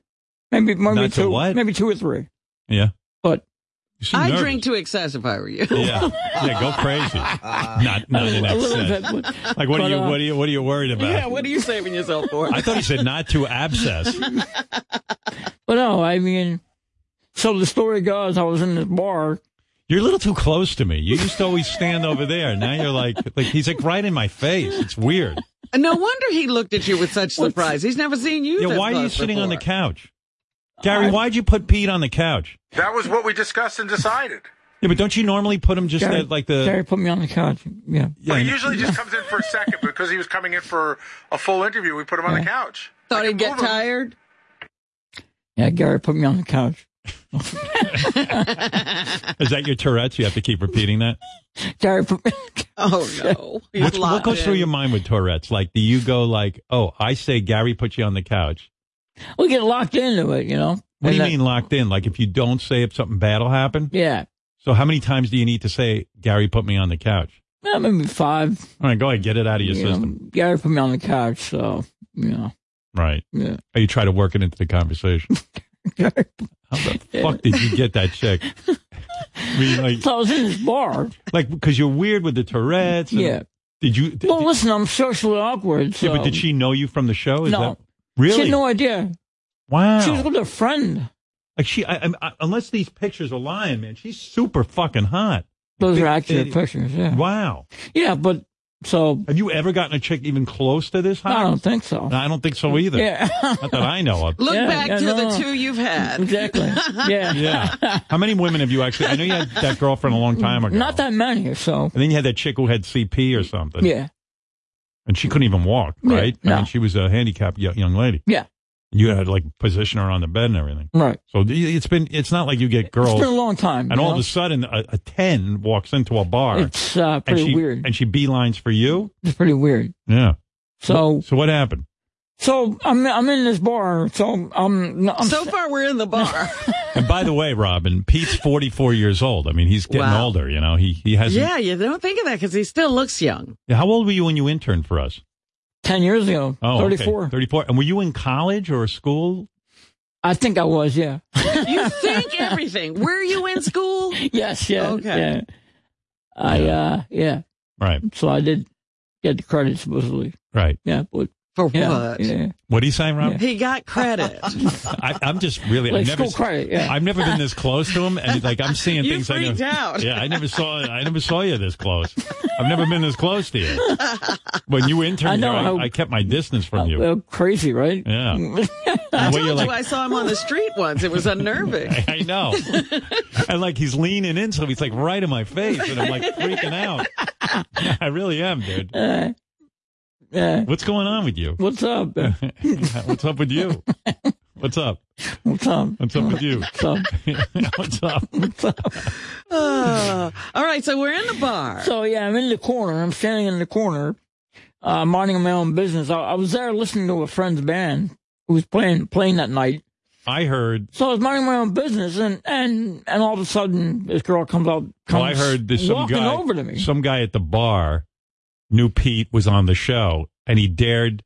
Speaker 14: Maybe maybe
Speaker 2: Not to
Speaker 14: two.
Speaker 2: what?
Speaker 14: Maybe two or three.
Speaker 2: Yeah.
Speaker 14: But
Speaker 2: You seem
Speaker 1: I
Speaker 2: nervous.
Speaker 1: drink to excess if I were you.
Speaker 2: Yeah, yeah, go crazy. Not, not in
Speaker 14: A little
Speaker 2: excess.
Speaker 14: bit, but-
Speaker 2: Like, what are
Speaker 14: but,
Speaker 2: you,
Speaker 14: uh,
Speaker 2: what are you, what are you worried about?
Speaker 1: Yeah, what are you saving yourself for?
Speaker 2: I thought he said not to abscess.
Speaker 14: But no, I mean, so the story goes, I was in this bar.
Speaker 2: You're a little too close to me. You used to always stand over there. Now you're like, like he's like right in my face. It's weird.
Speaker 1: No wonder he looked at you with such surprise. He's never seen you.
Speaker 2: Yeah,
Speaker 1: this
Speaker 2: why are you
Speaker 1: close
Speaker 2: sitting on the
Speaker 1: before.
Speaker 2: couch, Gary? Why'd you put Pete on the couch?
Speaker 15: That was what we discussed and decided.
Speaker 2: Yeah, but don't you normally put him just at like the?
Speaker 14: Gary put me on the couch. Yeah.
Speaker 2: Yeah,
Speaker 15: but he
Speaker 2: and-
Speaker 15: usually just comes in for a second because he was coming in for a full interview. We put him on the couch.
Speaker 1: Thought he'd get tired.
Speaker 14: Yeah, Gary put me on the couch.
Speaker 2: Is that your Tourette's? You have to keep repeating that.
Speaker 14: Gary put me.
Speaker 1: Oh no, He's
Speaker 2: What's- what
Speaker 1: locked
Speaker 2: goes through
Speaker 1: in.
Speaker 2: your mind with Tourette's? Like, do you go like, oh, I say Gary put you on the couch?
Speaker 14: We get locked into it, you know?
Speaker 2: What do
Speaker 14: And
Speaker 2: you
Speaker 14: that-
Speaker 2: mean locked in? Like, if you don't say it, something bad will happen.
Speaker 14: Yeah.
Speaker 2: So, how many times do you need to say Gary put me on the couch?
Speaker 14: Yeah, maybe five.
Speaker 2: All right, go ahead, get it out of your
Speaker 14: you know.
Speaker 2: system.
Speaker 14: Gary put me on the couch, so, you know.
Speaker 2: Right.
Speaker 14: Yeah.
Speaker 2: Or you try to work it into the conversation. How the fuck did you get that chick? I mean, like,
Speaker 14: So I was in this bar.
Speaker 2: like because you're weird with the Tourette's. and-
Speaker 14: Yeah.
Speaker 2: Did you? Did,
Speaker 14: Well, listen, I'm socially awkward. So.
Speaker 2: yeah, but did she know you from the show? Is
Speaker 14: No.
Speaker 2: That,
Speaker 14: She
Speaker 2: really?
Speaker 14: had no idea.
Speaker 2: wow.
Speaker 14: She was with a friend.
Speaker 2: like she, I, I'm- I, unless these pictures are lying, man, she's super fucking hot.
Speaker 14: Those are
Speaker 2: Big
Speaker 14: accurate
Speaker 2: titties.
Speaker 14: pictures, yeah.
Speaker 2: Wow.
Speaker 14: Yeah, but so
Speaker 2: Have you ever gotten a chick even close to this hot?
Speaker 14: I don't think so.
Speaker 2: I don't think so either.
Speaker 14: Yeah.
Speaker 2: Not that I know of.
Speaker 1: Look
Speaker 14: Yeah,
Speaker 1: back
Speaker 14: yeah,
Speaker 1: to
Speaker 14: no.
Speaker 1: the two you've had.
Speaker 14: Exactly. Yeah.
Speaker 2: Yeah. How many women have you actually? I know you had that girlfriend a long time ago.
Speaker 14: Not that many, so
Speaker 2: and then you had that chick who had CP or something.
Speaker 14: yeah,
Speaker 2: And she couldn't even walk,
Speaker 14: Yeah,
Speaker 2: right? I
Speaker 14: no.
Speaker 2: mean, she was a handicapped y- young lady.
Speaker 14: yeah,
Speaker 2: You had to, like position her on the bed and everything.
Speaker 14: right.
Speaker 2: So th- it's been, it's not like you get girls.
Speaker 14: It's been a long time.
Speaker 2: and
Speaker 14: you
Speaker 2: all
Speaker 14: know?
Speaker 2: of a sudden, a, a 10 walks into a bar.
Speaker 14: it's uh, pretty
Speaker 2: and she,
Speaker 14: weird.
Speaker 2: And she beelines for you?
Speaker 14: It's pretty weird.
Speaker 2: Yeah.
Speaker 14: So
Speaker 2: So what happened?
Speaker 14: so I'm I'm in this bar. So I'm, I'm
Speaker 1: So far, we're in the bar.
Speaker 2: And by the way, Robin, Pete's 44 years old. I mean, he's getting
Speaker 1: Wow.
Speaker 2: older, you know, he, he hasn't.
Speaker 1: yeah, you don't think of that because he still looks young.
Speaker 2: How old were you when you interned for us?
Speaker 14: ten years ago.
Speaker 2: Oh, okay.
Speaker 14: 34.
Speaker 2: 34. And were you in college or school?
Speaker 14: I think I was. Yeah.
Speaker 1: You think everything. Were you in school?
Speaker 14: yes. Yeah.
Speaker 1: Okay.
Speaker 14: Yeah. I uh yeah.
Speaker 2: Right.
Speaker 14: So I did get the credit supposedly.
Speaker 2: Right.
Speaker 14: Yeah. But
Speaker 1: For
Speaker 14: yeah,
Speaker 1: what?
Speaker 14: Yeah.
Speaker 2: What do you say, Robin?
Speaker 1: He got credit.
Speaker 2: I, I'm just really.
Speaker 14: Like
Speaker 2: I've never,
Speaker 14: school credit, yeah.
Speaker 2: I've never been this close to him, and like I'm seeing
Speaker 1: You
Speaker 2: things. I
Speaker 1: freaked
Speaker 2: never,
Speaker 1: out.
Speaker 2: Yeah, I never saw. I never saw you this close. I've never been this close to you. When you interned
Speaker 14: I know,
Speaker 2: here, I,
Speaker 14: I-
Speaker 2: I kept my distance from you.
Speaker 14: Uh, crazy, right?
Speaker 2: yeah,
Speaker 1: I
Speaker 2: And the way
Speaker 1: told
Speaker 2: you're
Speaker 1: you
Speaker 2: like,
Speaker 1: I saw him on the street once. It was unnerving.
Speaker 2: I know. and like he's leaning in, so he's like right in my face, and I'm like freaking out. I really am, dude.
Speaker 14: Uh, yeah.
Speaker 2: What's going on with you?
Speaker 14: What's up?
Speaker 2: What's up with you? What's up?
Speaker 14: What's up?
Speaker 2: What's up with you?
Speaker 14: What's up?
Speaker 2: What's up?
Speaker 14: What's up?
Speaker 1: Ah. all right, so we're in the bar.
Speaker 14: So yeah, I'm in the corner. I'm standing in the corner, uh, minding my own business. I, I was there listening to a friend's band who was playing playing that night.
Speaker 2: I heard
Speaker 14: So I was minding my own business, and and and all of a sudden, this girl comes out. Comes
Speaker 2: Well, Oh, I heard there's some
Speaker 14: walking
Speaker 2: guy,
Speaker 14: over to me.
Speaker 2: some guy at the bar knew Pete was on the show, and he dared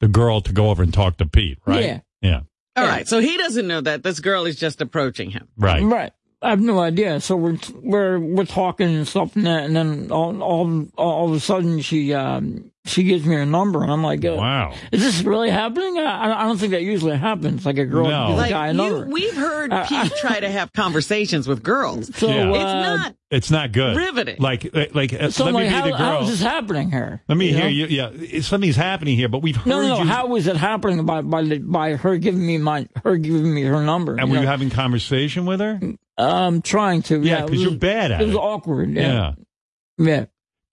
Speaker 2: the girl to go over and talk to Pete. Right?
Speaker 14: Yeah.
Speaker 2: Yeah.
Speaker 1: All right, so he doesn't know that this girl is just approaching him.
Speaker 2: Right.
Speaker 14: Right. I have no idea. So we're we're we're talking and stuff, and then, and then all, all all of a sudden she um, she gives me her number, and I'm like, oh,
Speaker 2: Wow.
Speaker 14: Is this really happening? I, I- I don't think that usually happens. Like a girl
Speaker 2: No.
Speaker 14: gives a
Speaker 2: Like,
Speaker 14: guy a
Speaker 1: you-
Speaker 14: number.
Speaker 1: we've heard
Speaker 14: Uh,
Speaker 1: Pete try to have conversations with girls.
Speaker 14: so
Speaker 2: Yeah.
Speaker 14: uh,
Speaker 2: It's
Speaker 1: It's not.
Speaker 2: It's not good.
Speaker 1: Riveting.
Speaker 2: Like, like, like uh,
Speaker 14: So
Speaker 2: let
Speaker 14: I'm like,
Speaker 2: me be
Speaker 14: how,
Speaker 2: the girl.
Speaker 14: how is this happening here?
Speaker 2: let me
Speaker 14: You
Speaker 2: hear
Speaker 14: know?
Speaker 2: you. Yeah, it's- something's happening here, but we've heard
Speaker 14: No, no, no.
Speaker 2: you,
Speaker 14: How is it happening by by the- by her giving me my her giving me her number?
Speaker 2: and
Speaker 14: you
Speaker 2: were you
Speaker 14: know?
Speaker 2: having conversation with her?
Speaker 14: um trying to
Speaker 2: Yeah,
Speaker 14: it
Speaker 2: 'cause
Speaker 14: was-
Speaker 2: you're bad at
Speaker 14: It was
Speaker 2: it.
Speaker 14: awkward. Yeah, yeah.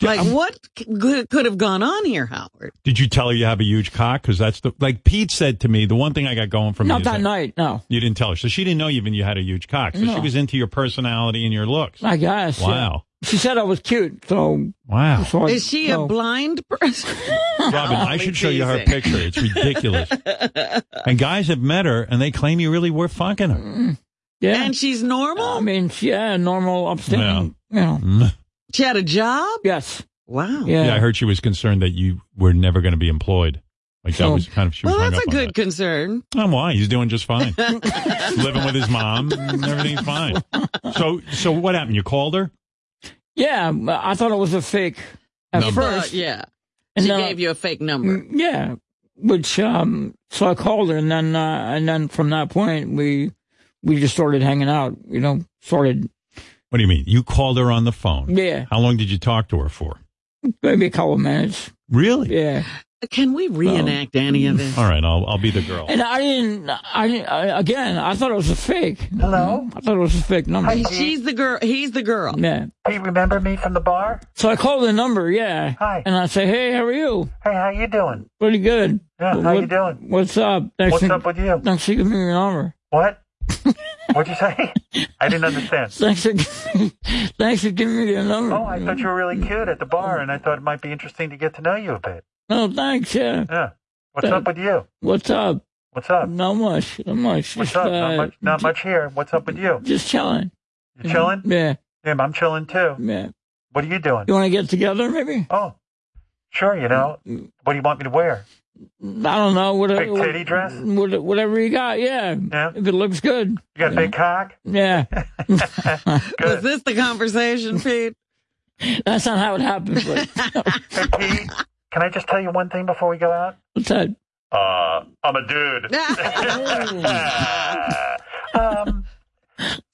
Speaker 1: Like, what c- could could have gone on here, Howard?
Speaker 2: Did you tell her you have a huge cock? Because that's the like Pete said to me. The one thing I got going from
Speaker 14: Not
Speaker 2: you is
Speaker 14: that night, no.
Speaker 2: You didn't tell her, so she didn't know even you had a huge cock. So she
Speaker 14: No.
Speaker 2: was into your personality and your looks.
Speaker 14: I guess. yeah.
Speaker 2: Wow.
Speaker 14: She said I was cute, so.
Speaker 2: Wow.
Speaker 14: so I-
Speaker 1: Is she
Speaker 14: so-
Speaker 1: a blind person?
Speaker 2: Robin, I should show you her picture. It's ridiculous. and guys have met her and they claim you really were fucking her.
Speaker 14: Yeah. Um,
Speaker 1: And she's normal.
Speaker 14: I mean, she- yeah, normal upstanding. You know.
Speaker 2: Mm.
Speaker 1: She had a job.
Speaker 14: Yes.
Speaker 1: Wow.
Speaker 2: Yeah. I heard she was concerned that you were never going to be employed. Like that
Speaker 1: So-
Speaker 2: was kind of she was
Speaker 1: Oh. Well,
Speaker 2: hung
Speaker 1: that's
Speaker 2: up
Speaker 1: a
Speaker 2: on
Speaker 1: good concern.
Speaker 2: that. Oh, why? He's doing just fine. Living with his mom, and everything's fine. So, so what happened? You called her?
Speaker 14: Yeah, I thought it was a fake at
Speaker 2: Number.
Speaker 14: first.
Speaker 1: Uh, yeah.
Speaker 14: And
Speaker 1: She
Speaker 14: then uh, I-
Speaker 1: gave you a fake number.
Speaker 14: Mm, Yeah, which um, so I called her, and then uh, and then from that point we we just started hanging out. You know, started
Speaker 2: What do you mean? You called her on the phone?
Speaker 14: Yeah.
Speaker 2: How long did you talk to her for?
Speaker 14: maybe a couple of minutes.
Speaker 2: Really?
Speaker 14: Yeah.
Speaker 1: Can we reenact any of this?
Speaker 2: All right, I'll I'll be the girl.
Speaker 14: And I didn't. I, didn't, I again. I thought it was a fake. Hello. I thought it was a fake number.
Speaker 1: She's the girl. He's the girl.
Speaker 14: Yeah.
Speaker 16: Do you remember me from the bar?
Speaker 14: So I called the number. Yeah.
Speaker 16: Hi.
Speaker 14: And I say, hey, how are you?
Speaker 16: Hey, how you doing?
Speaker 14: Pretty good.
Speaker 16: Yeah,
Speaker 14: Wh-
Speaker 16: how you
Speaker 14: what-
Speaker 16: doing?
Speaker 14: What's up? Thanks
Speaker 16: What's
Speaker 14: for-
Speaker 16: up with you?
Speaker 14: Thanks for giving me your number.
Speaker 16: What? What'd you say? I didn't understand.
Speaker 14: Thanks for, thanks for giving me your number.
Speaker 16: Oh, I thought you were really cute at the bar, and I thought it might be interesting to get to know you a bit.
Speaker 14: Oh, thanks. Yeah.
Speaker 16: Yeah. What's up with you?
Speaker 14: What's up?
Speaker 16: What's up?
Speaker 14: Not much. Not much.
Speaker 16: What's
Speaker 14: just,
Speaker 16: up?
Speaker 14: Uh,
Speaker 16: Not much. Not much here. What's up with you?
Speaker 14: Just chilling.
Speaker 16: You chilling?
Speaker 14: Yeah.
Speaker 16: Yeah, I'm chilling too.
Speaker 14: Yeah.
Speaker 16: What are you doing?
Speaker 14: You want to get together, maybe? Mm,
Speaker 16: Oh, sure. You know, what do you want me to wear?
Speaker 14: I don't know. Whatever.
Speaker 16: Big titty dress?
Speaker 14: what- Whatever you got. Yeah.
Speaker 16: Yeah.
Speaker 14: If it looks good.
Speaker 16: You got a big cock?
Speaker 14: Yeah.
Speaker 1: Was this the conversation, Pete?
Speaker 14: That's not how it happened. But
Speaker 16: Hey, Pete, can I just tell you one thing before we go out?
Speaker 14: what's that?
Speaker 16: Uh, I'm a dude. Mm. um,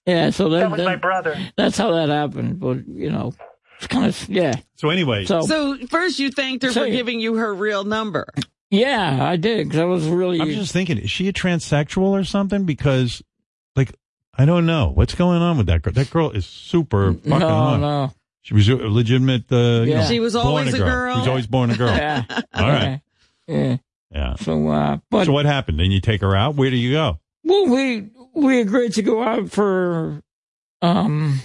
Speaker 14: Yeah. So that,
Speaker 16: that was
Speaker 14: that-
Speaker 16: my brother.
Speaker 14: That's how that happened. But you know, it's kind of yeah.
Speaker 2: So anyway,
Speaker 14: So,
Speaker 1: So first you thanked her
Speaker 14: So
Speaker 1: for
Speaker 14: you-
Speaker 1: giving you her real number.
Speaker 14: yeah, I did because I was really.
Speaker 2: I'm just thinking, is she a transsexual or something? Because, like, I don't know what's going on with that girl. That girl is super fucking
Speaker 14: no,
Speaker 2: hot.
Speaker 14: no.
Speaker 2: She was a legitimate. Uh, you
Speaker 14: Yeah.
Speaker 2: know,
Speaker 14: She was
Speaker 2: born
Speaker 1: always a girl.
Speaker 2: She was always born a girl.
Speaker 14: Yeah.
Speaker 2: All right.
Speaker 14: Yeah.
Speaker 2: Yeah.
Speaker 14: So, uh, but
Speaker 2: so what happened? Then you take her out. Where do you go?
Speaker 14: Well, we we agreed to go out for um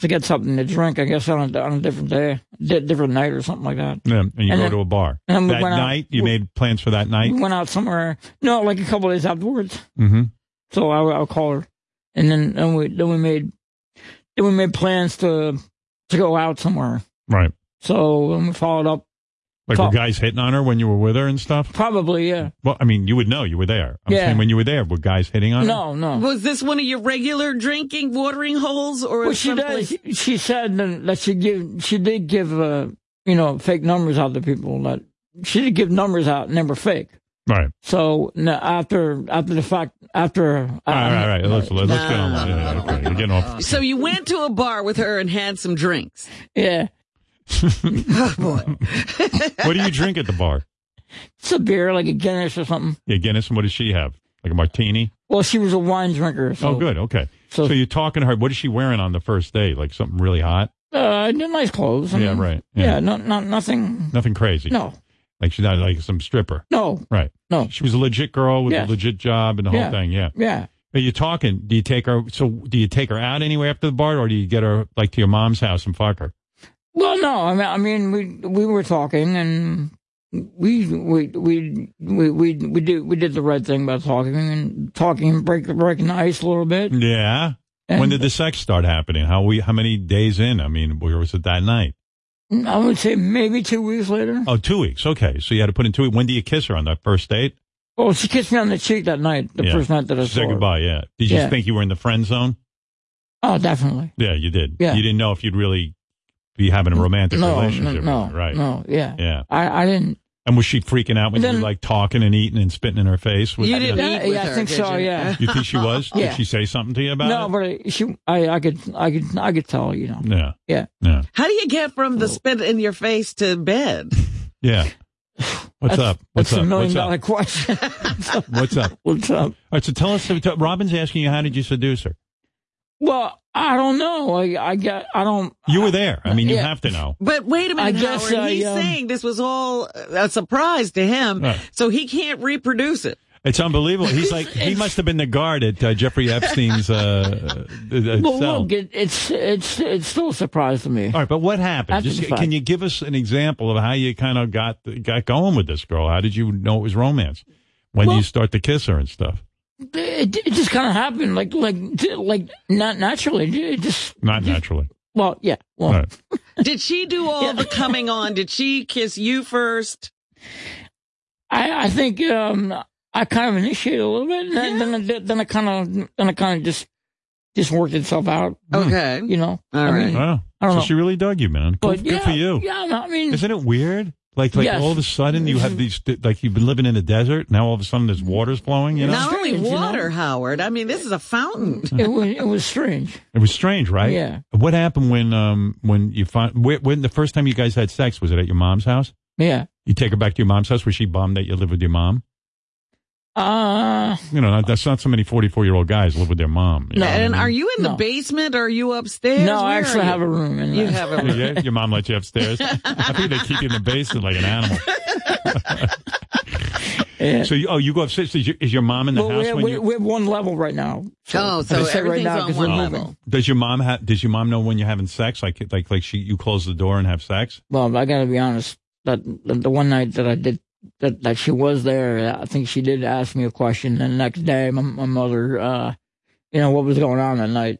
Speaker 14: to get something to drink. I guess on a, on a different day, di- different night or something like that.
Speaker 2: Yeah, and you
Speaker 14: And
Speaker 2: go
Speaker 14: then-
Speaker 2: to a bar
Speaker 14: and then we
Speaker 2: that
Speaker 14: went Uh-huh. out-
Speaker 2: night. you made plans for that night.
Speaker 14: We went out somewhere. No, like a couple days afterwards.
Speaker 2: Mm-hmm.
Speaker 14: So I I'll call her, and then and we then we made then we made plans to to go out somewhere.
Speaker 2: Right.
Speaker 14: So and we followed up.
Speaker 2: Like
Speaker 14: Talk-
Speaker 2: were guys hitting on her when you were with her and stuff?
Speaker 14: Probably, yeah.
Speaker 2: Well, I mean, you would know. You were there. I'm
Speaker 14: Yeah.
Speaker 2: saying when you were there, were guys hitting on her?
Speaker 14: No, no.
Speaker 1: Was this one of your regular drinking watering holes, or
Speaker 14: Well, she
Speaker 1: someplace-
Speaker 14: does. She said that that she give she did give uh, you know fake numbers out to people that she did give numbers out and they were fake.
Speaker 2: Right.
Speaker 14: So no, after after the fact after um,
Speaker 2: All right, all right, all right. Let's, let's get on. with it. Yeah, okay. You're getting off.
Speaker 1: So you went to a bar with her and had some drinks.
Speaker 14: yeah
Speaker 1: Oh, boy.
Speaker 2: What do you drink at the bar?
Speaker 14: it's a beer like a Guinness or something.
Speaker 2: Yeah, Guinness. And what does she have? Like a martini?
Speaker 14: Well, she was a wine drinker. So,
Speaker 2: oh, good. Okay. So, you're talking to her. What is she wearing on the first day? Like something really hot?
Speaker 14: Uh, nice clothes. I
Speaker 2: Yeah,
Speaker 14: mean,
Speaker 2: right.
Speaker 14: Yeah,
Speaker 2: Yeah.
Speaker 14: not not nothing.
Speaker 2: Nothing crazy.
Speaker 14: No,
Speaker 2: Like she's not like some stripper.
Speaker 14: no.
Speaker 2: Right.
Speaker 14: No.
Speaker 2: She was a legit girl with
Speaker 14: Yeah.
Speaker 2: a legit job and the
Speaker 14: Yeah.
Speaker 2: whole thing. Yeah.
Speaker 14: Yeah.
Speaker 2: But you're talking. Do you take her? So do you take her out anywhere after the bar, or do you get her like to your mom's house and fuck her?
Speaker 14: Well, no, I mean, I mean, we we were talking, and we we we we we we did we did the right thing by talking and talking, and break breaking the ice a little bit.
Speaker 2: Yeah. Mm. when did the sex start happening? How we? How many days in? I mean, where was it that night?
Speaker 14: I would say maybe two weeks later.
Speaker 2: Oh, two weeks. Okay. So you had to put in two weeks. When do you kiss her on that first date?
Speaker 14: Oh, she kissed me on the cheek that night, the
Speaker 2: Yeah.
Speaker 14: first night that I
Speaker 2: She said
Speaker 14: saw her.
Speaker 2: goodbye. Yeah. Did you
Speaker 14: Yeah.
Speaker 2: think you were in the friend zone?
Speaker 14: Oh, definitely.
Speaker 2: Yeah, you did.
Speaker 14: Yeah.
Speaker 2: You didn't know if you'd really be having a romantic
Speaker 14: No,
Speaker 2: relationship.
Speaker 14: no,
Speaker 2: with her, right.
Speaker 14: no, yeah.
Speaker 2: Yeah.
Speaker 14: I I didn't.
Speaker 2: And was she freaking out when you
Speaker 14: Then-
Speaker 2: were like talking and eating and spitting in her face? Was-
Speaker 1: You didn't
Speaker 14: Yeah,
Speaker 1: eat with
Speaker 14: yeah, I
Speaker 1: her,
Speaker 14: think
Speaker 1: did
Speaker 14: so,
Speaker 1: you?
Speaker 14: yeah.
Speaker 2: You think she was?
Speaker 14: Yeah.
Speaker 2: Did she say something to you about
Speaker 14: no, but I, she, I, I could, I could, I could tell. You know.
Speaker 2: it? Yeah.
Speaker 14: Yeah.
Speaker 2: Yeah.
Speaker 1: How do you get from
Speaker 14: Oh.
Speaker 1: the spit in your face to bed?
Speaker 2: Yeah. What's
Speaker 14: That's-
Speaker 2: up? What's
Speaker 14: that's
Speaker 2: up?
Speaker 14: a million
Speaker 2: What's up?
Speaker 14: dollar question.
Speaker 2: What's up?
Speaker 14: What's up?
Speaker 2: All right. So tell us. Robin's asking you, how did you seduce her?
Speaker 14: Well, I don't know. I, I got. I don't.
Speaker 2: You were there. I mean, you
Speaker 14: Uh, Yeah.
Speaker 2: have to know.
Speaker 1: But wait a
Speaker 14: I
Speaker 1: minute,
Speaker 14: guess
Speaker 1: Howard.
Speaker 14: I,
Speaker 1: He's
Speaker 14: um,
Speaker 1: saying this was all a surprise to him,
Speaker 2: Right.
Speaker 1: so he can't reproduce it.
Speaker 2: It's unbelievable. He's like he must have been the guard at uh, Jeffrey Epstein's uh, uh, uh,
Speaker 14: Well,
Speaker 2: cell.
Speaker 14: look, it, it's it's it's still a surprise to me.
Speaker 2: All right, but what happened?
Speaker 14: After
Speaker 2: Just,
Speaker 14: the fact.
Speaker 2: can you give us an example of how you kind of got got going with this girl? How did you know it was romance? When do you start to kiss her and stuff?
Speaker 14: It, it just kind of happened, like like like not naturally. It just
Speaker 2: Not naturally.
Speaker 14: well, yeah. Well,
Speaker 2: All right.
Speaker 1: Did she do all the coming on? Did she kiss you first?
Speaker 14: I, I think um, I kind of initiated a little bit, and then, then, I, did- then I kind of then I kind of just just worked itself out.
Speaker 1: Okay,
Speaker 14: Hmm. you know.
Speaker 1: All
Speaker 14: I mean,
Speaker 2: Wow.
Speaker 14: I don't
Speaker 2: so
Speaker 14: know.
Speaker 2: she really dug you, man.
Speaker 14: But
Speaker 2: Good, good for
Speaker 14: yeah,
Speaker 2: you.
Speaker 14: Yeah, no, I mean,
Speaker 2: Isn't it weird? Like, like
Speaker 14: Yes.
Speaker 2: all of a sudden you have these, like you've been living in the desert. Now all of a sudden there's water's flowing. You know,
Speaker 1: Not only
Speaker 14: Strange, you know?
Speaker 1: water, Howard. I mean, this is a fountain.
Speaker 14: it was it was strange.
Speaker 2: it was strange, right?
Speaker 14: Yeah.
Speaker 2: What happened when, um, when you find when, when the first time you guys had sex was it at your mom's house?
Speaker 14: Yeah.
Speaker 2: You take her back to your mom's house. Was she bummed that you live with your mom?
Speaker 14: Uh
Speaker 2: You know, not, that's not so many forty-four-year-old guys live with their mom. you know what I
Speaker 1: and
Speaker 2: mean?
Speaker 1: are you in the
Speaker 14: No.
Speaker 1: basement or are you upstairs?
Speaker 14: No,
Speaker 1: Where
Speaker 14: I
Speaker 1: are
Speaker 14: actually
Speaker 1: you?
Speaker 14: have a room. In
Speaker 1: You
Speaker 14: there.
Speaker 1: have a room.
Speaker 2: Yeah, your mom lets you upstairs. I think they keep you in the basement like an animal.
Speaker 14: Yeah.
Speaker 2: So, you, oh, you go upstairs. Is your, is your mom in the
Speaker 14: Well,
Speaker 2: house
Speaker 14: we,
Speaker 2: when
Speaker 14: we,
Speaker 2: you?
Speaker 14: we have one level right now.
Speaker 1: Oh, so
Speaker 14: I say right
Speaker 1: everything's
Speaker 14: now
Speaker 1: on
Speaker 14: 'cause
Speaker 1: one
Speaker 14: we're
Speaker 1: level.
Speaker 14: moving.
Speaker 2: Does your mom ha- does your mom know when you're having sex? Like like like she you close the door and have sex?
Speaker 14: Well, I got to be honest. That the, the one night that I did that, that she was there, I think she did ask me a question. And the next day, my, my mother, uh, you know, what was going on that night?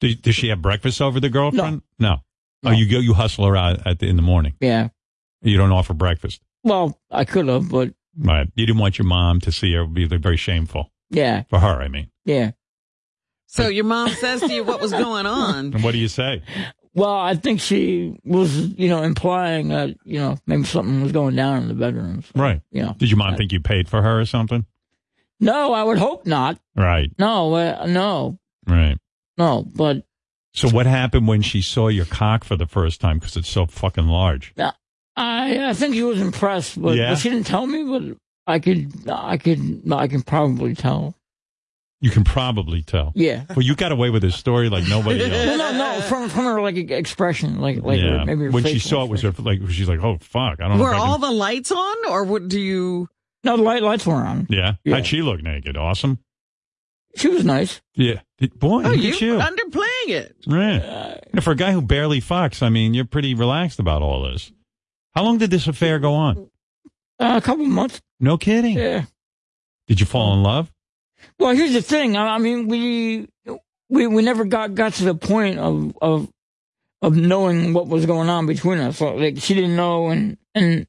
Speaker 2: Does, does she have breakfast over the girlfriend? No. Oh, you go you hustle her out at the, in the morning.
Speaker 14: Yeah.
Speaker 2: You don't offer breakfast.
Speaker 14: Well, I could have, but
Speaker 2: Right. You didn't want your mom to see her. It would be very shameful
Speaker 14: yeah,
Speaker 2: for her. I mean,
Speaker 14: yeah.
Speaker 1: So your mom says to you what was going on.
Speaker 2: and what do you say?
Speaker 14: Well, I think she was, you know, implying that you know maybe something was going down in the bedrooms.
Speaker 2: Right.
Speaker 14: You know.
Speaker 2: Did your
Speaker 1: Uh,
Speaker 2: mom think you paid for her or something?
Speaker 14: No, I would hope not.
Speaker 2: Right.
Speaker 14: No, uh, no,
Speaker 2: Right.
Speaker 14: no. But
Speaker 2: So what happened when she saw your cock for the first time? Because it's so fucking large.
Speaker 14: I, I think she was impressed, but,
Speaker 2: Yeah?
Speaker 14: but she didn't tell me. But I could, I could, I can probably tell.
Speaker 2: You can probably tell.
Speaker 14: Yeah.
Speaker 2: Well, you got away with this story like nobody else.
Speaker 14: Well, no, no, from from her like expression, like like
Speaker 2: yeah.
Speaker 14: maybe her
Speaker 2: when she
Speaker 14: facial
Speaker 2: saw it was her like she's like, oh fuck, I don't know.
Speaker 1: Were
Speaker 2: if I can-
Speaker 1: all the lights on or what do you?
Speaker 14: No, the light, lights were on.
Speaker 2: yeah.
Speaker 14: Yeah.
Speaker 2: How'd she look naked? Awesome.
Speaker 14: She was nice.
Speaker 2: Yeah. Did- Boy,
Speaker 1: Oh,
Speaker 2: look
Speaker 1: you
Speaker 2: at you.
Speaker 1: underplaying it.
Speaker 2: Right.
Speaker 14: Uh,
Speaker 2: Yeah, for a guy who barely fucks, I mean, you're pretty relaxed about all this. How long did this affair go on?
Speaker 14: Uh, a couple months.
Speaker 2: No kidding.
Speaker 14: Yeah.
Speaker 2: Did you fall in love?
Speaker 14: Well, here's the thing. I, I mean, we we we never got got to the point of of of knowing what was going on between us. So, Like she didn't know, and and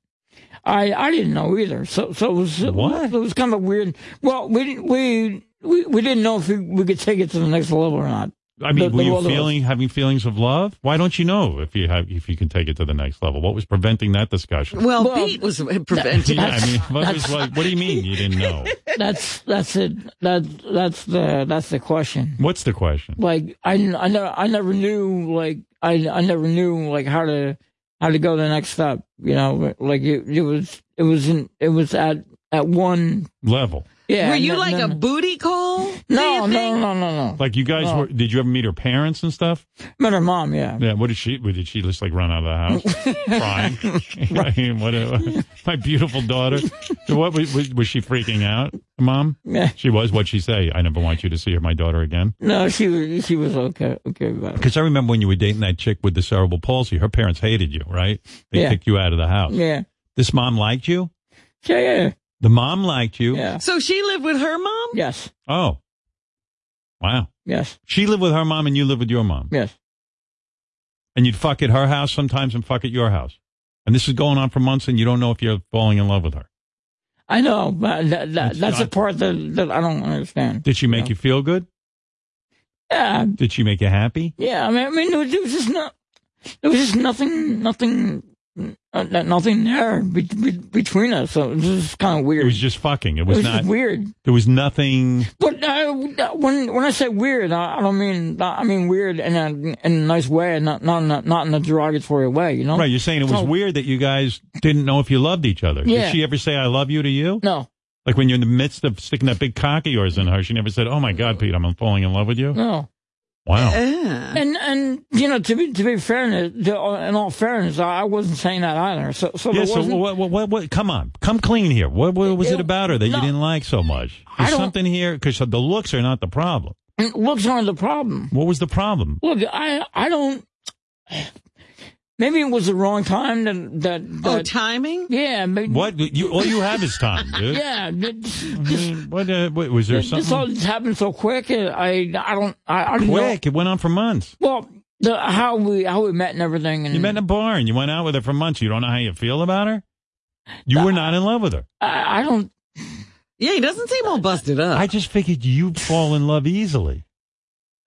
Speaker 14: I I didn't know either. So so it was
Speaker 2: What?
Speaker 14: it was kind of weird. Well, we didn't we. We, we didn't know if we, we could take it to the next level or not.
Speaker 2: I mean,
Speaker 14: The- the
Speaker 2: were you
Speaker 14: world of-
Speaker 2: feeling having feelings of love? Why don't you know if you have if you can take it to the next level? What was preventing that discussion?
Speaker 1: Well,
Speaker 14: Well,
Speaker 1: Pete was preventing
Speaker 2: Yeah,
Speaker 1: it.
Speaker 2: I mean, what was
Speaker 14: that's-
Speaker 2: like? What do you mean you didn't know?
Speaker 14: That's that's it. That that's the that's the question.
Speaker 2: What's the question?
Speaker 14: Like I, I never I never knew like I I never knew like how to how to go the next step. You know, like it, it was it was in, it was at at one.
Speaker 2: Level.
Speaker 14: Yeah.
Speaker 1: Were you
Speaker 14: no-
Speaker 1: like
Speaker 14: no,
Speaker 1: a
Speaker 14: no.
Speaker 1: booty call?
Speaker 14: No, no, no, no, no.
Speaker 2: Like you guys
Speaker 14: No.
Speaker 2: were? Did you ever meet her parents and stuff?
Speaker 14: Met her mom. Yeah.
Speaker 2: Yeah. What did she? What, did she just like run out of the house crying? I mean, what? a- my beautiful daughter. So what was, was was she freaking out, mom?
Speaker 14: Yeah.
Speaker 2: She was. What'd she say? I never want you to see her, my daughter again.
Speaker 14: No, she was she was okay okay about it.
Speaker 2: Because I remember when you were dating that chick with the cerebral palsy, her parents hated you, right? They
Speaker 14: Yeah.
Speaker 2: kicked you out of the house.
Speaker 14: Yeah.
Speaker 2: This mom liked you.
Speaker 14: Yeah. Yeah.
Speaker 2: The mom liked you.
Speaker 14: Yeah.
Speaker 1: So she lived with her mom?
Speaker 14: Yes.
Speaker 2: Oh, wow.
Speaker 14: Yes.
Speaker 2: She lived with her mom, and you lived with your mom,
Speaker 14: Yes.
Speaker 2: and you'd fuck at her house sometimes, and fuck at your house. And this is going on for months, and you don't know if you're falling in love with her.
Speaker 14: I know, but that, that,
Speaker 2: That's
Speaker 14: that's the
Speaker 2: not-
Speaker 14: part that, that I don't understand.
Speaker 2: Did she make
Speaker 14: No.
Speaker 2: you feel good?
Speaker 14: Yeah.
Speaker 2: Did she make you happy?
Speaker 14: Yeah, I mean, I mean, there was, there was just not, there was just nothing, nothing, uh, nothing there be, be, between us. So it was just kind of
Speaker 2: It
Speaker 14: weird.
Speaker 2: was just fucking. It was,
Speaker 14: just
Speaker 2: not.
Speaker 14: weird.
Speaker 2: There was nothing.
Speaker 14: But uh, when when I say weird, I, I don't mean I mean weird in a in a nice way, not not in a, not in a derogatory way. You know?
Speaker 2: Right, you're saying it was
Speaker 14: So-
Speaker 2: weird that you guys didn't know if you loved each other.
Speaker 14: Oh. Yeah.
Speaker 2: Did she ever say "I love you" to you?
Speaker 14: No,
Speaker 2: Like when you're in the midst of sticking that big cock of yours in her, she never said, "Oh my God, Pete, I'm falling in love with you."
Speaker 14: no.
Speaker 2: Wow.
Speaker 14: Uh-huh. And and you know to be to be fairness, to, in all fairness, I I wasn't saying that either. So so
Speaker 2: yeah,
Speaker 14: there
Speaker 2: so
Speaker 14: wasn't,
Speaker 2: what, what, what, what, come on, come clean here. What, what was it,
Speaker 14: It-
Speaker 2: about her that
Speaker 14: no.
Speaker 2: you didn't like so much?
Speaker 14: I
Speaker 2: There's
Speaker 14: don't-
Speaker 2: something here because the looks are not the problem.
Speaker 14: looks aren't the problem.
Speaker 2: What was the problem?
Speaker 14: Look, I I don't. Maybe it was the wrong time that that.
Speaker 1: Oh,
Speaker 14: that-
Speaker 1: timing?
Speaker 14: Yeah. Maybe,
Speaker 2: What you all you have is time, dude.
Speaker 14: Yeah. that-
Speaker 2: I mean, what, uh, what was there
Speaker 14: This all
Speaker 2: something
Speaker 14: just happened so quick. and I I don't I, I don't
Speaker 2: quick? It went on for months.
Speaker 14: Know, well, the how we how we met and everything. And
Speaker 2: You met in a bar and you went out with her for months. You don't know how you feel about her. You were not in love with her.
Speaker 14: I, I don't.
Speaker 1: Yeah, he doesn't seem all busted
Speaker 14: Uh.
Speaker 1: up.
Speaker 2: I just figured you fall in love easily.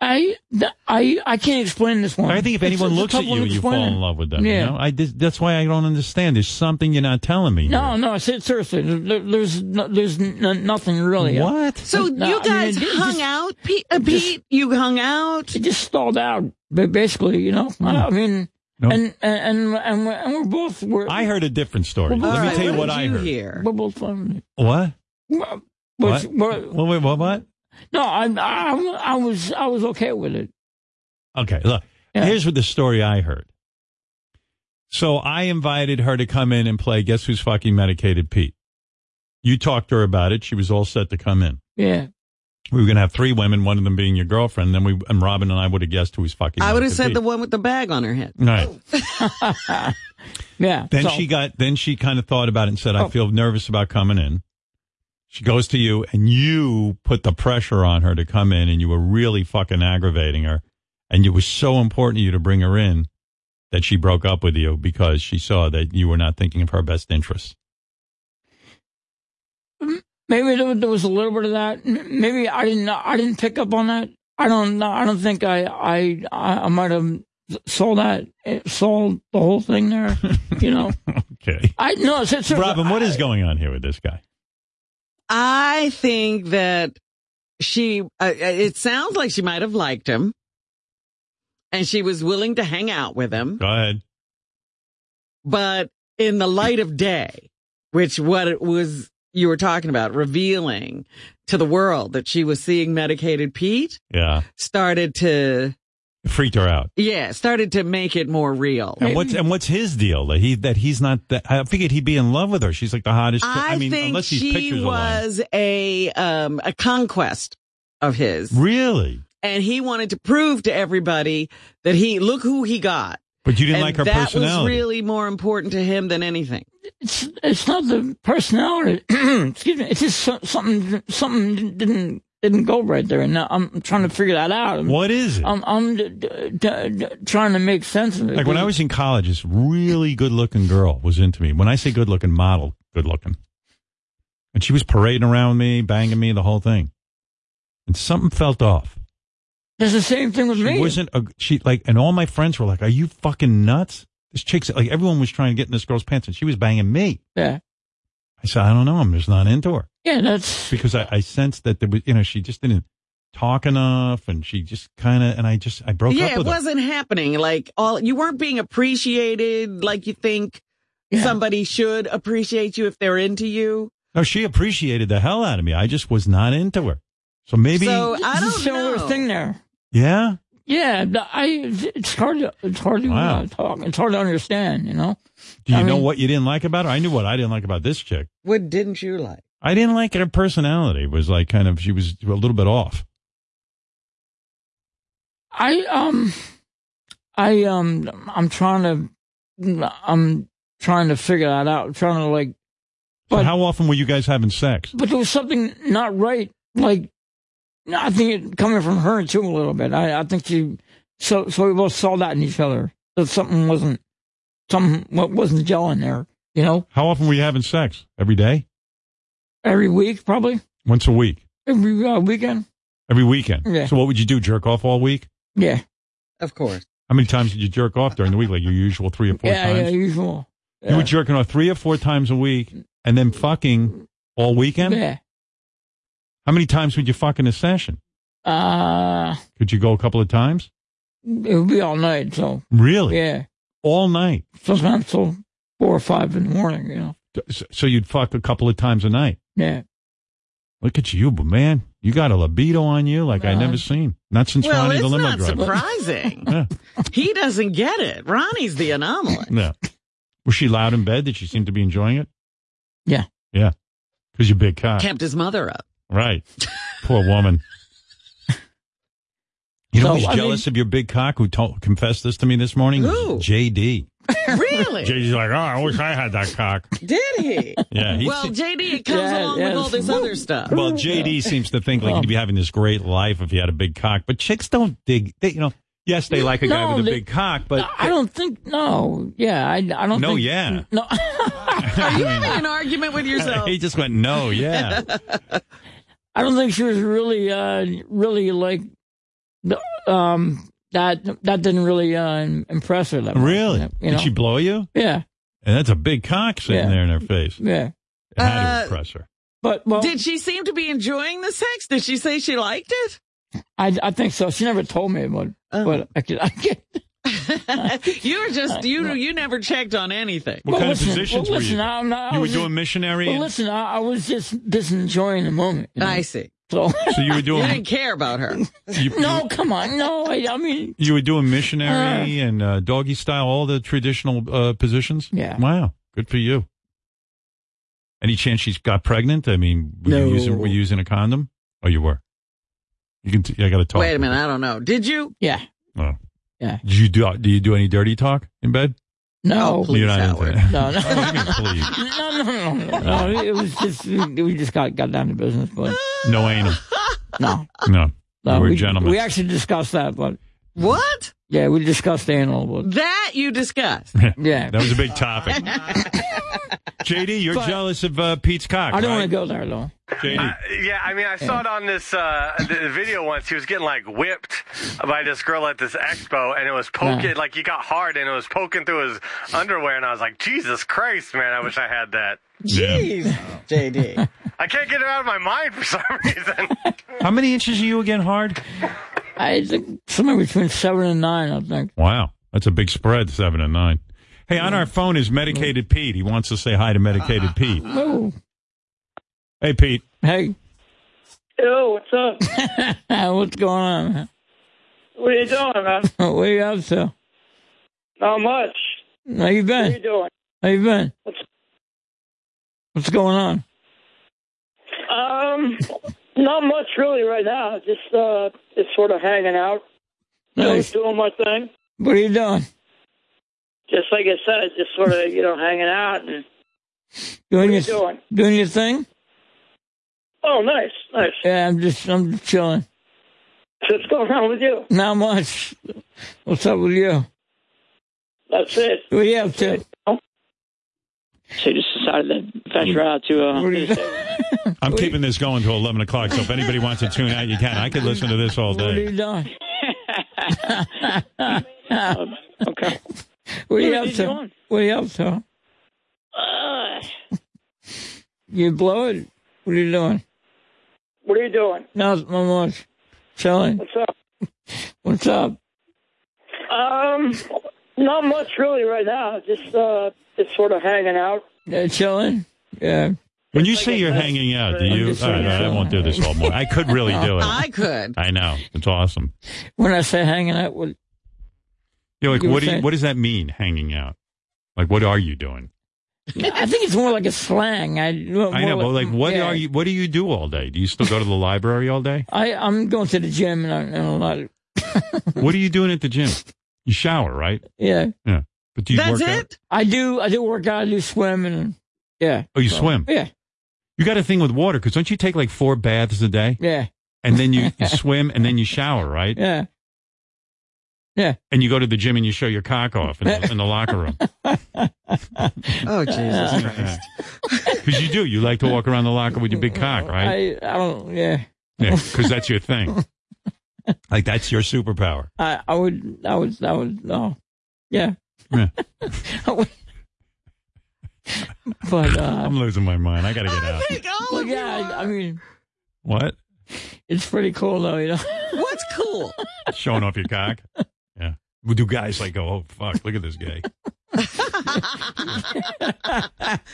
Speaker 14: I th- I I can't explain this one.
Speaker 2: I think if
Speaker 14: It's-
Speaker 2: anyone
Speaker 14: it's
Speaker 2: looks at
Speaker 14: tough
Speaker 2: you,
Speaker 14: to
Speaker 2: you fall
Speaker 14: explain.
Speaker 2: in love with them.
Speaker 14: Yeah.
Speaker 2: You know, I just, that's why I don't understand. There's something you're not telling me.
Speaker 14: No, no, se- seriously, there, there's no, there's n- nothing really.
Speaker 2: What?
Speaker 1: So
Speaker 14: No, I
Speaker 1: you
Speaker 14: mean,
Speaker 1: guys
Speaker 14: it- it
Speaker 1: hung
Speaker 14: just-
Speaker 1: out, Pete, uh, Pete? You hung out?
Speaker 14: It just stalled out, ba- basically. You know, I, I mean,
Speaker 2: Hmm. No.
Speaker 14: and, and and and we're, and we're both we're,
Speaker 2: I heard a different story.
Speaker 14: Well,
Speaker 2: Let me
Speaker 14: all
Speaker 2: tell you
Speaker 1: right,
Speaker 2: what,
Speaker 1: what
Speaker 2: I
Speaker 1: did you
Speaker 2: heard.
Speaker 1: hear?
Speaker 14: we're both fine.
Speaker 2: What?
Speaker 14: Well,
Speaker 2: What?
Speaker 14: was-
Speaker 2: What?
Speaker 14: well,
Speaker 2: Well, wait, what? What?
Speaker 14: no, I, I I was I was okay with it.
Speaker 2: Okay, look. Here's what the story I heard. So I invited her to come in and play Guess Who's Fucking Medicated Pete. You talked to her about it. She was all set to come in.
Speaker 14: Yeah.
Speaker 2: We were going to have three women, one of them being your girlfriend. Then we and Robin and I would have guessed who was fucking.
Speaker 1: I would have
Speaker 2: Medicated
Speaker 1: said
Speaker 2: Pete.
Speaker 1: the one with the bag on her head.
Speaker 2: Right.
Speaker 14: Yeah.
Speaker 2: Then
Speaker 14: so-
Speaker 2: she got. Then she kind of thought about it and said,
Speaker 1: Oh.
Speaker 2: "I feel nervous about coming in." She goes to you, and you put the pressure on her to come in, and you were really fucking aggravating her, and it was so important to you to bring her in that she broke up with you because she saw that you were not thinking of her best interests.
Speaker 14: maybe there, was- there was a little bit of that. M- Maybe I didn't know- I didn't pick up on that. I don't know. I don't think I I I, I might have saw that eh, saw the whole thing there. You know.
Speaker 2: Okay,
Speaker 14: I no. It's, it's,
Speaker 2: Robin, what is going on here with this guy?
Speaker 1: I think that she, uh, it sounds like she might have liked him and she was willing to hang out with him,
Speaker 2: Go ahead.
Speaker 1: but in the light of day, which what it was you were talking about, revealing to the world that she was seeing medicated Pete
Speaker 2: Yeah,
Speaker 1: started to,
Speaker 2: freaked her out.
Speaker 1: yeah, started to make it more real.
Speaker 2: And what's and what's his deal that he that he's not that I figured he'd be in love with her. She's like the hottest. chick-
Speaker 1: I,
Speaker 2: I mean,
Speaker 1: think
Speaker 2: unless these
Speaker 1: she
Speaker 2: pictures are lying.
Speaker 1: was a, um, a conquest of his.
Speaker 2: really.
Speaker 1: and he wanted to prove to everybody that he look who he got.
Speaker 2: But you didn't
Speaker 1: and
Speaker 2: like her
Speaker 1: that was
Speaker 2: personality.
Speaker 1: really more important to him than anything.
Speaker 14: it's it's not the personality. Excuse me. It's just so- something something didn't didn't go right there, and now I'm trying to figure that out. I'm,
Speaker 2: What is it?
Speaker 1: Oh
Speaker 14: I'm, I'm d- d- d- d- trying to make sense of it.
Speaker 2: Like when I was in college, this really good looking girl was into me. When I say good looking, model good looking. And she was parading around me, banging me, the whole thing. And something felt off.
Speaker 14: That's the same thing with
Speaker 2: She
Speaker 14: me.
Speaker 2: wasn't a, she like, and all my friends were like, are you fucking nuts? This chick's like, everyone was trying to get in this girl's pants and she was banging me.
Speaker 14: Yeah.
Speaker 2: I said, I don't know. I'm just not into her
Speaker 14: Yeah, that's
Speaker 2: because I, I sensed that there was, you know, she just didn't talk enough and she just kind of, and I just, I broke
Speaker 1: yeah,
Speaker 2: up
Speaker 1: it
Speaker 2: with her.
Speaker 1: wasn't happening. Like all you weren't being appreciated like you think somebody should appreciate you if they're into you.
Speaker 2: No, she appreciated the hell out of me. I just was not into her. So maybe,
Speaker 1: so I
Speaker 14: It's
Speaker 1: don't
Speaker 14: a similar
Speaker 1: know.
Speaker 14: thing there.
Speaker 2: yeah.
Speaker 14: Yeah, the- I. It's hard. To, it's hard to
Speaker 2: Wow.
Speaker 14: uh, talk. It's hard to understand. You know.
Speaker 2: Do you
Speaker 14: I
Speaker 2: know
Speaker 14: mean-
Speaker 2: what you didn't like about her? I knew what I didn't like about this chick.
Speaker 1: What didn't you like?
Speaker 2: I didn't like her personality. It was like kind of she was a little bit off.
Speaker 14: I um, I um, I'm trying to, I'm trying to figure that out. trying to like,
Speaker 2: So
Speaker 14: But-
Speaker 2: how often were you guys having sex?
Speaker 14: but there was something not right. Like, no, I think it coming from her too a little bit. I I think she, so so we both saw that in each other. That something wasn't, something what wasn't gelling there. You know,
Speaker 2: How often were you having sex? Every day?
Speaker 14: every week probably,
Speaker 2: Once a week?
Speaker 14: every uh, weekend.
Speaker 2: Every weekend?
Speaker 14: Yeah.
Speaker 2: So what would you do? Jerk off all week?
Speaker 14: Yeah,
Speaker 1: Of course.
Speaker 2: How many times did you jerk off during the week? Like your usual three or four
Speaker 14: yeah, yeah,
Speaker 2: times?
Speaker 14: usual.
Speaker 2: You were jerking off three or four times a week and then fucking all weekend?
Speaker 14: Yeah.
Speaker 2: How many times would you fuck in a session?
Speaker 14: Uh,
Speaker 2: Could you go a couple of times?
Speaker 14: it would be all night. So
Speaker 2: Really?
Speaker 14: yeah,
Speaker 2: All night.
Speaker 14: sometimes till four or five in the morning. You know.
Speaker 2: So- So you'd fuck a couple of times a night.
Speaker 14: Yeah.
Speaker 2: Look at you, but man, you got a libido on you like I never seen. Not since
Speaker 1: well,
Speaker 2: Ronnie
Speaker 1: it's
Speaker 2: the limo
Speaker 1: not
Speaker 2: driver.
Speaker 1: surprising. He doesn't get it. Ronnie's the anomaly.
Speaker 2: No. Was she loud in bed? Did she seem to be enjoying it?
Speaker 14: Yeah.
Speaker 2: Yeah. Because you're big cock.
Speaker 1: Kept his mother up.
Speaker 2: Right. Poor woman. You know
Speaker 14: So,
Speaker 2: who's
Speaker 14: I
Speaker 2: jealous of your big cock who told, confessed this to me this morning?
Speaker 1: Who?
Speaker 2: JD.
Speaker 1: Really?
Speaker 2: JD's like, oh, I wish I had that cock.
Speaker 1: Did he?
Speaker 2: Yeah, he
Speaker 1: well,
Speaker 2: se-
Speaker 1: JD, it comes
Speaker 14: Yeah,
Speaker 1: along
Speaker 14: yeah,
Speaker 1: with all
Speaker 14: it's-
Speaker 1: this other stuff.
Speaker 2: Well, JD seems to think like he'd be having this great life if he had a big cock, but chicks don't dig. They, you know, yes, they like a guy
Speaker 14: No,
Speaker 2: with a
Speaker 14: they-
Speaker 2: big cock, but
Speaker 14: I don't think no. Yeah, I, I don't.
Speaker 2: No,
Speaker 14: think,
Speaker 2: yeah.
Speaker 14: No,
Speaker 1: Are you having an argument with yourself?
Speaker 2: he just went, no, yeah.
Speaker 14: I don't think she was really, uh, really like, um, that. That didn't really uh, impress her. That much,
Speaker 2: really?
Speaker 14: You know?
Speaker 2: Did she blow you?
Speaker 14: yeah,
Speaker 2: And that's a big cock sitting
Speaker 14: Yeah.
Speaker 2: there in her face.
Speaker 14: yeah.
Speaker 2: It had to
Speaker 1: Uh,
Speaker 2: impress her.
Speaker 14: But well,
Speaker 1: Did she seem to be enjoying the sex? Did she say she liked it?
Speaker 14: I, I think so. She never told me, but
Speaker 1: Uh-huh.
Speaker 14: but I could, I could.
Speaker 1: you were just you you never checked on anything.
Speaker 2: What
Speaker 14: Well,
Speaker 2: kind
Speaker 14: listen,
Speaker 2: of positions
Speaker 14: well,
Speaker 2: were
Speaker 14: listen,
Speaker 2: you?
Speaker 14: I'm not- I
Speaker 2: you were
Speaker 14: was just-
Speaker 2: doing missionary.
Speaker 14: oh, Well,
Speaker 2: and-
Speaker 14: listen, I, I was just just enjoying the moment. you know?
Speaker 1: I see.
Speaker 14: So
Speaker 2: so you were
Speaker 1: You
Speaker 2: doing
Speaker 1: didn't care about her.
Speaker 2: you,
Speaker 14: no, come on, no. I, I mean,
Speaker 2: you were doing missionary and uh, doggy style, all the traditional uh, positions.
Speaker 14: Yeah.
Speaker 2: Wow, good for you. Any chance she's got pregnant? I mean, were
Speaker 1: No.
Speaker 2: you using were you using a condom? Oh, you were. You can. T- I got to talk.
Speaker 1: Wait a minute, I don't know. Did you?
Speaker 14: yeah,
Speaker 2: Oh.
Speaker 14: yeah.
Speaker 2: Do you do? Do you do any dirty talk in bed?
Speaker 14: No,
Speaker 1: Please,
Speaker 2: You're not into
Speaker 1: Howard.
Speaker 2: that.
Speaker 14: no, no.
Speaker 2: What do you mean, please?
Speaker 14: No, no, no, no, no. no. It was just we just got got down to business, but
Speaker 2: No anal.
Speaker 14: no,
Speaker 2: No.
Speaker 1: Uh,
Speaker 14: no.
Speaker 2: you were
Speaker 14: we,
Speaker 2: gentlemen.
Speaker 14: we actually discussed that, but
Speaker 1: What?
Speaker 14: yeah, we discussed anal, but
Speaker 1: That you discussed.
Speaker 14: yeah,
Speaker 2: that was a big topic. JD, you're jealous of uh, Pete's cock.
Speaker 14: I don't
Speaker 2: right?
Speaker 14: want to go there though.
Speaker 2: JD.
Speaker 16: yeah, I mean, I saw it on this uh, the video once. He was getting like whipped by this girl at this expo, and it was poking like he got hard, and it was poking through his underwear. And I was like, Jesus Christ, man! I wish I had that.
Speaker 1: Jeez, JD.
Speaker 16: I can't get it out of my mind for some reason.
Speaker 2: How many inches are you again hard?
Speaker 14: I think somewhere between seven and nine, I think.
Speaker 2: Wow. That's a big spread, seven and nine. Hey, on our phone is Medicated Pete. He wants to say hi to Medicated Pete.
Speaker 16: Uh,
Speaker 14: Oh,
Speaker 2: Hey, Pete.
Speaker 14: hey,
Speaker 17: Yo, what's up?
Speaker 14: what's going on? man?
Speaker 17: What are you doing, man?
Speaker 14: What are you up to?
Speaker 17: Not much.
Speaker 14: How you
Speaker 17: What are you
Speaker 14: been?
Speaker 17: doing?
Speaker 14: How you been? What's going on?
Speaker 17: Um, not much really right now. Just uh, just sort of hanging out,
Speaker 14: Nice.
Speaker 17: just doing my thing.
Speaker 14: What are you doing?
Speaker 17: Just like I said, just sort of you know hanging out and
Speaker 14: Doing
Speaker 17: you
Speaker 14: your
Speaker 17: doing?
Speaker 14: doing your thing?
Speaker 17: oh, nice, nice.
Speaker 14: Yeah, I'm just I'm just chilling.
Speaker 17: What's going on with you?
Speaker 14: Not much. What's up with you?
Speaker 17: That's it.
Speaker 14: What are you up to?
Speaker 17: So you just decided to venture out to uh,
Speaker 14: What are you,
Speaker 2: I'm keeping this going till 11 o'clock, so if anybody wants to tune out, you can. I could listen to this all
Speaker 14: what are you
Speaker 2: day.
Speaker 14: doing?
Speaker 17: Um, okay.
Speaker 14: What are you
Speaker 17: What
Speaker 14: up
Speaker 17: you
Speaker 14: to?
Speaker 17: doing?
Speaker 14: What are you up to?
Speaker 17: Uh,
Speaker 14: You blow it? What are you doing?
Speaker 17: what are you doing?
Speaker 14: Not much. Chilling.
Speaker 17: What's up?
Speaker 14: What's up?
Speaker 17: Um, not much really right now. Just uh, just sort of hanging out.
Speaker 14: Yeah, Uh, chilling? Yeah.
Speaker 2: When you say you're hanging out, do you? All right, all right, I won't do this all morning. I could really do it.
Speaker 1: I could.
Speaker 2: I know. It's awesome.
Speaker 14: When I say hanging out, what,
Speaker 2: You're like,
Speaker 14: You were
Speaker 2: what, do you,
Speaker 14: saying-
Speaker 2: what does that mean, hanging out? Like, what are you doing?
Speaker 14: I think it's more like a slang. I, more
Speaker 2: I know, but like, what
Speaker 14: yeah.
Speaker 2: are you? What do you do all day? Do you still go to the library all day?
Speaker 14: I, I'm going to the gym and, I, and a lot of,
Speaker 2: What are you doing at the gym? You shower, right?
Speaker 14: yeah.
Speaker 2: Yeah. But do you
Speaker 1: That's
Speaker 2: work out?
Speaker 1: it?
Speaker 14: I do, I do work out, I do swim and, yeah.
Speaker 2: Oh, you swim?
Speaker 14: Yeah,
Speaker 2: You got a thing with water because don't you take like four baths a day
Speaker 14: yeah,
Speaker 2: and then you, you swim and then you shower, right?
Speaker 14: yeah. Yeah.
Speaker 2: And you go to the gym and you show your cock off in the, in the locker room
Speaker 1: Oh Jesus Christ.
Speaker 2: because you do. You like to walk around the locker with your big cock, right?
Speaker 14: I, I don't, yeah.
Speaker 2: Yeah, because that's your thing. Like that's your superpower.
Speaker 14: I, I would, I would, I would, no. Yeah.
Speaker 2: Yeah.
Speaker 14: I would- but, uh,
Speaker 2: I'm losing my mind. I got to get
Speaker 1: I
Speaker 2: out.
Speaker 1: think all
Speaker 14: well,
Speaker 1: of you
Speaker 14: yeah, I, I
Speaker 1: are.
Speaker 14: mean,
Speaker 2: What?
Speaker 14: it's pretty cool though, you know?
Speaker 1: What's cool?
Speaker 2: Showing off your cock? Yeah. Well, do guys like go, oh fuck, look at this guy?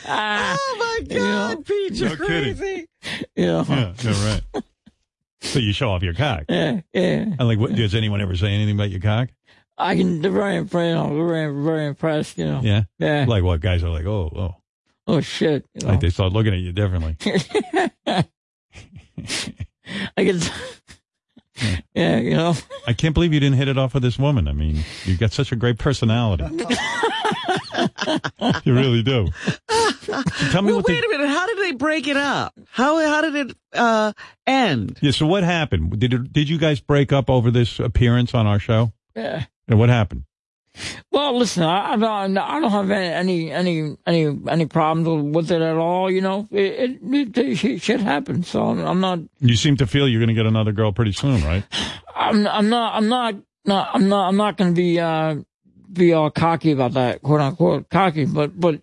Speaker 1: oh my God, Pete, you're
Speaker 2: No kidding.
Speaker 1: crazy.
Speaker 14: Ah, you know, know.
Speaker 2: Yeah, yeah, right. so you show off your cock.
Speaker 14: Yeah, yeah.
Speaker 2: And like, what, does anyone ever say anything about your cock?
Speaker 14: I can they're very impressed. I'm very, very impressed. You know.
Speaker 2: Yeah.
Speaker 14: Yeah.
Speaker 2: Like what? Guys are like, oh, oh,
Speaker 14: Oh shit. you know.
Speaker 2: like they start looking at you differently.
Speaker 14: I can. yeah, you know.
Speaker 2: I can't believe you didn't hit it off with this woman. I mean, you've got such a great personality. you really do. Tell me
Speaker 1: well,
Speaker 2: what
Speaker 1: wait
Speaker 2: they-
Speaker 1: a minute. How did they break it up? How how did it uh, end?
Speaker 2: Yeah. So what happened? Did it, did you guys break up over this appearance on our show?
Speaker 14: Yeah.
Speaker 2: And what happened?
Speaker 14: Well, listen, I, I don't, I don't have any, any, any, any problems with it at all. You know, it, it, it shit- shit happens. So I'm, I'm not,
Speaker 2: You seem to feel you're going to get another girl pretty soon, right?
Speaker 14: I'm, I'm not, I'm not, not I'm not, I'm not going to be, uh, be all cocky about that, quote unquote cocky. But, but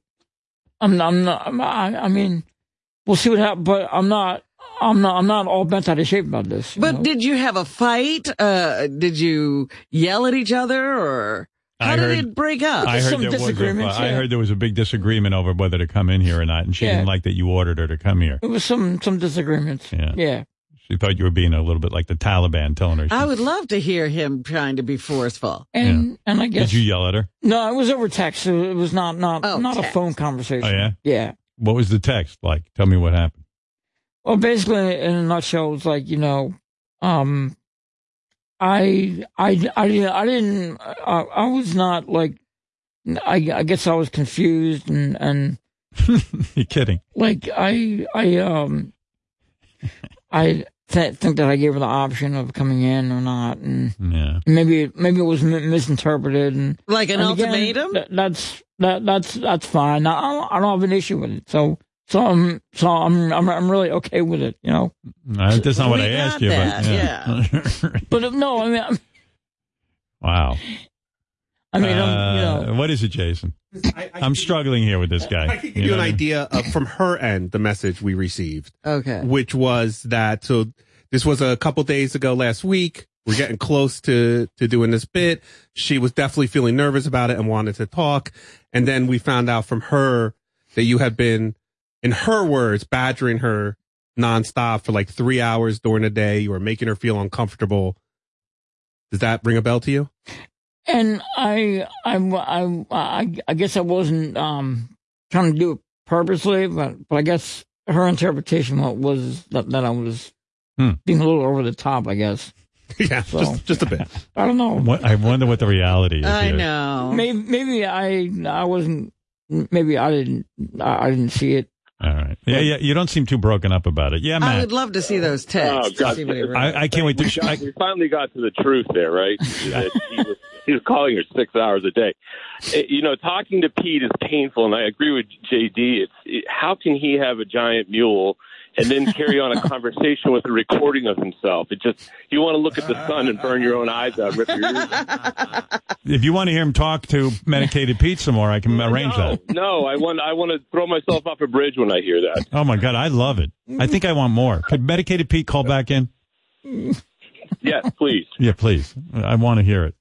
Speaker 14: I'm, I'm not. I'm, I, I mean, we'll see what happens. But I'm not, I'm not, I'm not all bent out of shape about this.
Speaker 1: But did you have a fight? Uh, did you yell at each other, or how
Speaker 2: I
Speaker 1: did
Speaker 2: heard-
Speaker 1: it break up?
Speaker 2: I heard, there was a, I heard there was a big disagreement over whether to come in here or not, and she
Speaker 14: Yeah.
Speaker 2: didn't like that you ordered her to come here.
Speaker 14: It was some, some disagreements.
Speaker 2: Yeah.
Speaker 14: Yeah.
Speaker 2: She thought you were being a little bit like the Taliban, telling her. she-
Speaker 1: I would love to hear him trying to be forceful.
Speaker 14: And and I guess
Speaker 2: Did you yell at her?
Speaker 14: No, it was over text. It it was not not
Speaker 1: Oh,
Speaker 14: not a phone conversation.
Speaker 2: Oh yeah.
Speaker 14: Yeah.
Speaker 2: What was the text like? Tell me what happened.
Speaker 14: Well, basically, in a nutshell, it's like you know, um, I I I didn't I didn't I, I was not like I I guess I was confused and and
Speaker 2: You're kidding.
Speaker 14: like I I um I th- think that I gave her the option of coming in or not and
Speaker 2: yeah
Speaker 14: maybe maybe it was mi- misinterpreted and
Speaker 1: Like an
Speaker 14: and again,
Speaker 1: ultimatum?
Speaker 14: th- that's that that's that's fine. I don't, I don't have an issue with it. So so I'm so I'm I'm, I'm really okay with it. You know.
Speaker 2: Uh, that's not what I asked you.
Speaker 14: that,
Speaker 2: but, yeah.
Speaker 14: But uh, no, I mean I'm-
Speaker 2: wow.
Speaker 14: I mean,
Speaker 18: I'm, you
Speaker 2: Uh, what is it, Jason? I, am struggling here with this guy.
Speaker 18: I can give you, an idea of, from her end, the message we received.
Speaker 1: Okay.
Speaker 18: Which was that, so this was a couple days ago last week. We're getting close to, to doing this bit. She was definitely feeling nervous about it and wanted to talk. And then we found out from her that you had been, in her words, badgering her nonstop for like three hours during the day. You were making her feel uncomfortable. Does that ring a bell to you?
Speaker 14: and I I I I I guess I wasn't um trying to do it purposely, but but I guess her interpretation wa- was that that I was
Speaker 2: Hmm.
Speaker 14: being a little over the top. I guess.
Speaker 18: Yeah, just just a bit.
Speaker 14: I don't know.
Speaker 2: What- I wonder what the reality is.
Speaker 14: I
Speaker 2: here.
Speaker 1: know.
Speaker 14: Maybe maybe I I wasn't. Maybe I didn't I I didn't see it.
Speaker 2: All right. Yeah, yeah. You don't seem too broken up about it. Yeah,
Speaker 1: I
Speaker 2: Matt.
Speaker 1: would love to see those texts. to see what he wrote.
Speaker 2: I, I can't wait to.
Speaker 19: We,
Speaker 2: Sh-
Speaker 19: got-
Speaker 2: I,
Speaker 19: we finally got to the truth there, right? That he, was, he was calling her six hours a day. Eh, you know, talking to Pete is painful, and I agree with JD. It's it, how can he have a giant mule and then carry on a conversation with a recording of himself? It just you want to look at the sun and burn your own eyes out, rip your ears. out.
Speaker 2: if you want to hear him talk to medicated Pete some more, I can arrange that.
Speaker 19: No, I want I want to throw myself off a bridge when I hear that.
Speaker 2: Oh my God, I love it. I think I want more. Could medicated Pete call back in?
Speaker 19: Yes, please.
Speaker 2: Yeah, please. I want to hear it.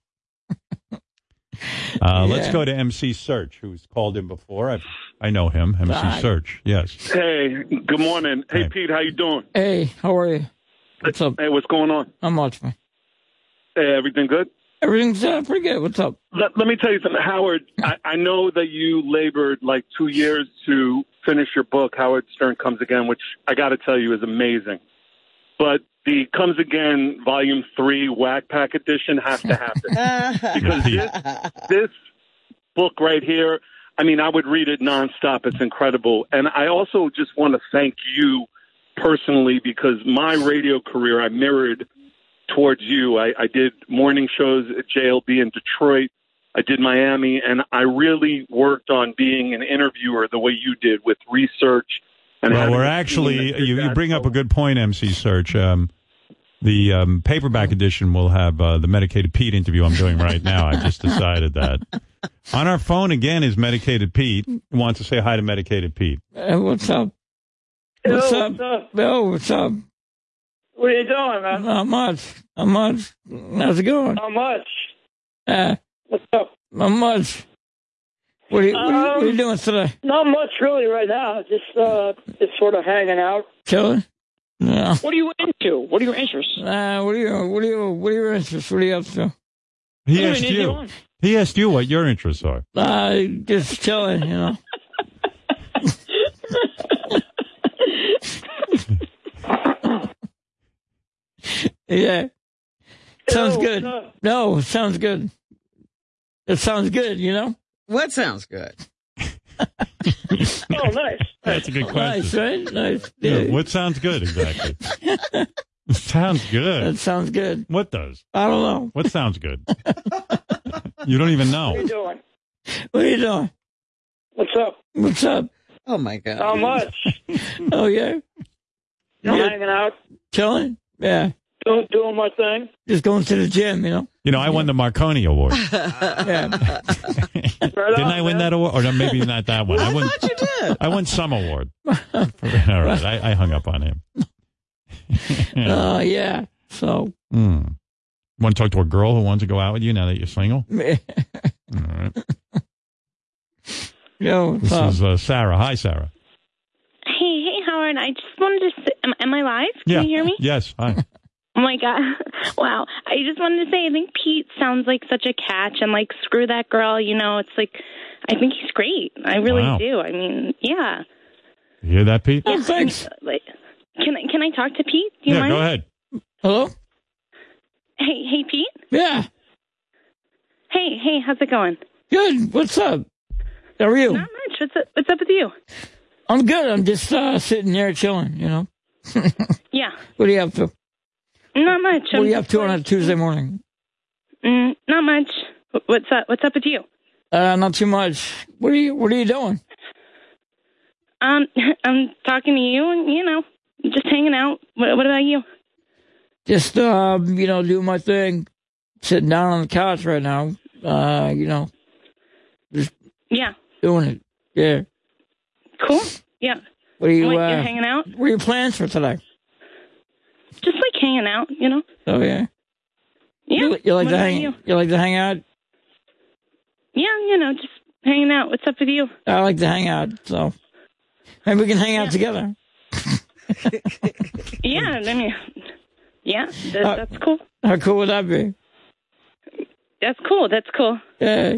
Speaker 2: Uh, Let's
Speaker 19: Yeah.
Speaker 2: go to MC Search, who's called in before. I I know him, MC
Speaker 14: Hi.
Speaker 2: Search. Yes.
Speaker 20: Hey, good morning. Hey,
Speaker 2: Hi.
Speaker 20: Pete, how you doing?
Speaker 14: Hey, how are you? What's up?
Speaker 20: Hey, what's going on?
Speaker 14: Not much, man.
Speaker 20: Hey, everything good?
Speaker 14: Everything's uh, pretty good. What's up?
Speaker 20: Let, let me tell you something, Howard. I, I know that you labored like two years to finish your book, Howard Stern Comes Again, which I got to tell you is amazing. But the Comes Again Volume Three Whack Pack Edition has to happen because this, this book right here. I mean, I would read it nonstop. It's incredible, and I also just want to thank you personally because my radio career I mirrored towards you. I, I did morning shows at JLB in Detroit. I did Miami, and I really worked on being an interviewer the way you did with research. And
Speaker 2: well,
Speaker 20: having
Speaker 2: we're
Speaker 20: a team
Speaker 2: actually
Speaker 20: that did
Speaker 2: you, you
Speaker 20: that.
Speaker 2: bring up a good point, MC Search. Um, the um, paperback edition will have uh, the medicated Pete interview I'm doing right now. I just decided that. On our phone again is medicated Pete. He wants to say hi to medicated Pete.
Speaker 14: Hey, what's up?
Speaker 17: Yo,
Speaker 14: What's
Speaker 17: what's
Speaker 14: up? Yo, what's up?
Speaker 17: What are you doing, man?
Speaker 14: Not much. Not much. How's it going?
Speaker 17: How much?
Speaker 14: Uh,
Speaker 17: What's up?
Speaker 14: Not much. What are you, what are you, what are you
Speaker 17: Um,
Speaker 14: doing today?
Speaker 17: Not much really right now. Just uh, just sort of hanging out.
Speaker 14: Chilling? Yeah.
Speaker 17: What are you into? What are your interests?
Speaker 14: Uh, what are you? What are you? What are your interests? What are you up to?
Speaker 2: He asked you. He asked you what your interests are.
Speaker 14: Uh, just chilling, you know. yeah. Sounds
Speaker 1: No,
Speaker 14: good.
Speaker 1: no.
Speaker 14: No, sounds good. It sounds good, you know?
Speaker 1: What sounds good?
Speaker 17: oh, nice.
Speaker 2: That's a good
Speaker 14: Nice, right? Nice.
Speaker 2: Yeah,
Speaker 14: Yeah.
Speaker 2: what sounds good exactly? sounds good.
Speaker 14: That sounds good.
Speaker 2: What does?
Speaker 14: I don't know.
Speaker 2: What sounds good? you don't even
Speaker 17: What are
Speaker 2: know.
Speaker 17: you doing?
Speaker 14: What are you doing?
Speaker 17: What's up?
Speaker 14: What's up?
Speaker 1: Oh my
Speaker 14: Um,
Speaker 1: god.
Speaker 17: How much?
Speaker 14: Oh, yeah?
Speaker 17: I'm
Speaker 14: Yeah.
Speaker 17: hanging out,
Speaker 14: Chilling? Yeah.
Speaker 17: doing, doing my thing.
Speaker 14: Just going to the gym, you know?
Speaker 2: You know, I won the Marconi Award.
Speaker 14: Yeah.
Speaker 2: Didn't I win that award? Or no, maybe not that one. I won.
Speaker 1: you did.
Speaker 2: I won some award. All right, I, I hung up on him.
Speaker 14: Uh, yeah. So,
Speaker 2: Hmm. Want to talk to a girl who wants to go out with you now that you're single?
Speaker 14: yo,
Speaker 2: All right.
Speaker 14: what's
Speaker 2: This
Speaker 14: up?
Speaker 2: is uh, Sarah. Hi, Sarah.
Speaker 21: Hey, hey, Howard. I just wanted to say, am, am I live?
Speaker 2: Yeah.
Speaker 21: Can you hear me?
Speaker 2: Yes. Hi.
Speaker 21: Oh my God. Wow. I just wanted to say, I think Pete sounds like such a catch and like, screw that girl. You know, it's like, I think he's great. I really
Speaker 2: Wow.
Speaker 21: do. I mean, yeah.
Speaker 2: You hear that,
Speaker 14: Oh,
Speaker 2: Pete?
Speaker 21: yeah. Thanks. Like, can I, can I talk to Pete? Do you
Speaker 2: yeah.
Speaker 21: mind?
Speaker 2: Go ahead.
Speaker 14: Hello?
Speaker 21: Hey, hey, Pete.
Speaker 14: Yeah.
Speaker 21: Hey, hey, how's it going?
Speaker 14: Good. What's up? How are you?
Speaker 21: Not much. What's up, what's up with you?
Speaker 14: I'm good. I'm just uh, sitting there chilling, you know?
Speaker 21: Yeah.
Speaker 14: What are you up to?
Speaker 21: Not much.
Speaker 14: What are
Speaker 21: I'm
Speaker 14: you up
Speaker 21: just
Speaker 14: to on a
Speaker 21: like-
Speaker 14: Tuesday morning?
Speaker 21: Mm, not much. Wh- What's up? What's up with you?
Speaker 14: Uh, not too much. What are you What are you doing?
Speaker 21: Um, I'm talking to you, and you know, just hanging out. What, what about you?
Speaker 14: Just um, you know, doing my thing, sitting down on the couch right now. Uh, you know, just
Speaker 21: Yeah,
Speaker 14: doing it. Yeah.
Speaker 21: cool. Yeah,
Speaker 14: What are you?
Speaker 21: What, you're
Speaker 14: uh,
Speaker 21: hanging out?
Speaker 14: What are your plans for today?
Speaker 21: just like hanging out. You know?
Speaker 14: Oh yeah.
Speaker 21: Yeah.
Speaker 14: You, you like
Speaker 21: what
Speaker 14: to
Speaker 21: about
Speaker 14: hang?
Speaker 21: You?
Speaker 14: you like to hang out?
Speaker 21: Yeah, you know, just hanging out. What's up with you?
Speaker 14: I like to hang out. So maybe we can hang out together.
Speaker 21: Yeah, I mean, yeah, that,
Speaker 14: Uh,
Speaker 21: that's cool.
Speaker 14: How cool would that be?
Speaker 21: That's cool. That's cool.
Speaker 14: Yeah.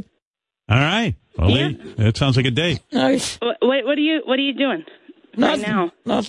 Speaker 2: All right. Well,
Speaker 21: Yeah.
Speaker 2: they- that sounds like a date.
Speaker 14: Nice.
Speaker 21: What, what, what are you What are you doing right now?
Speaker 14: Not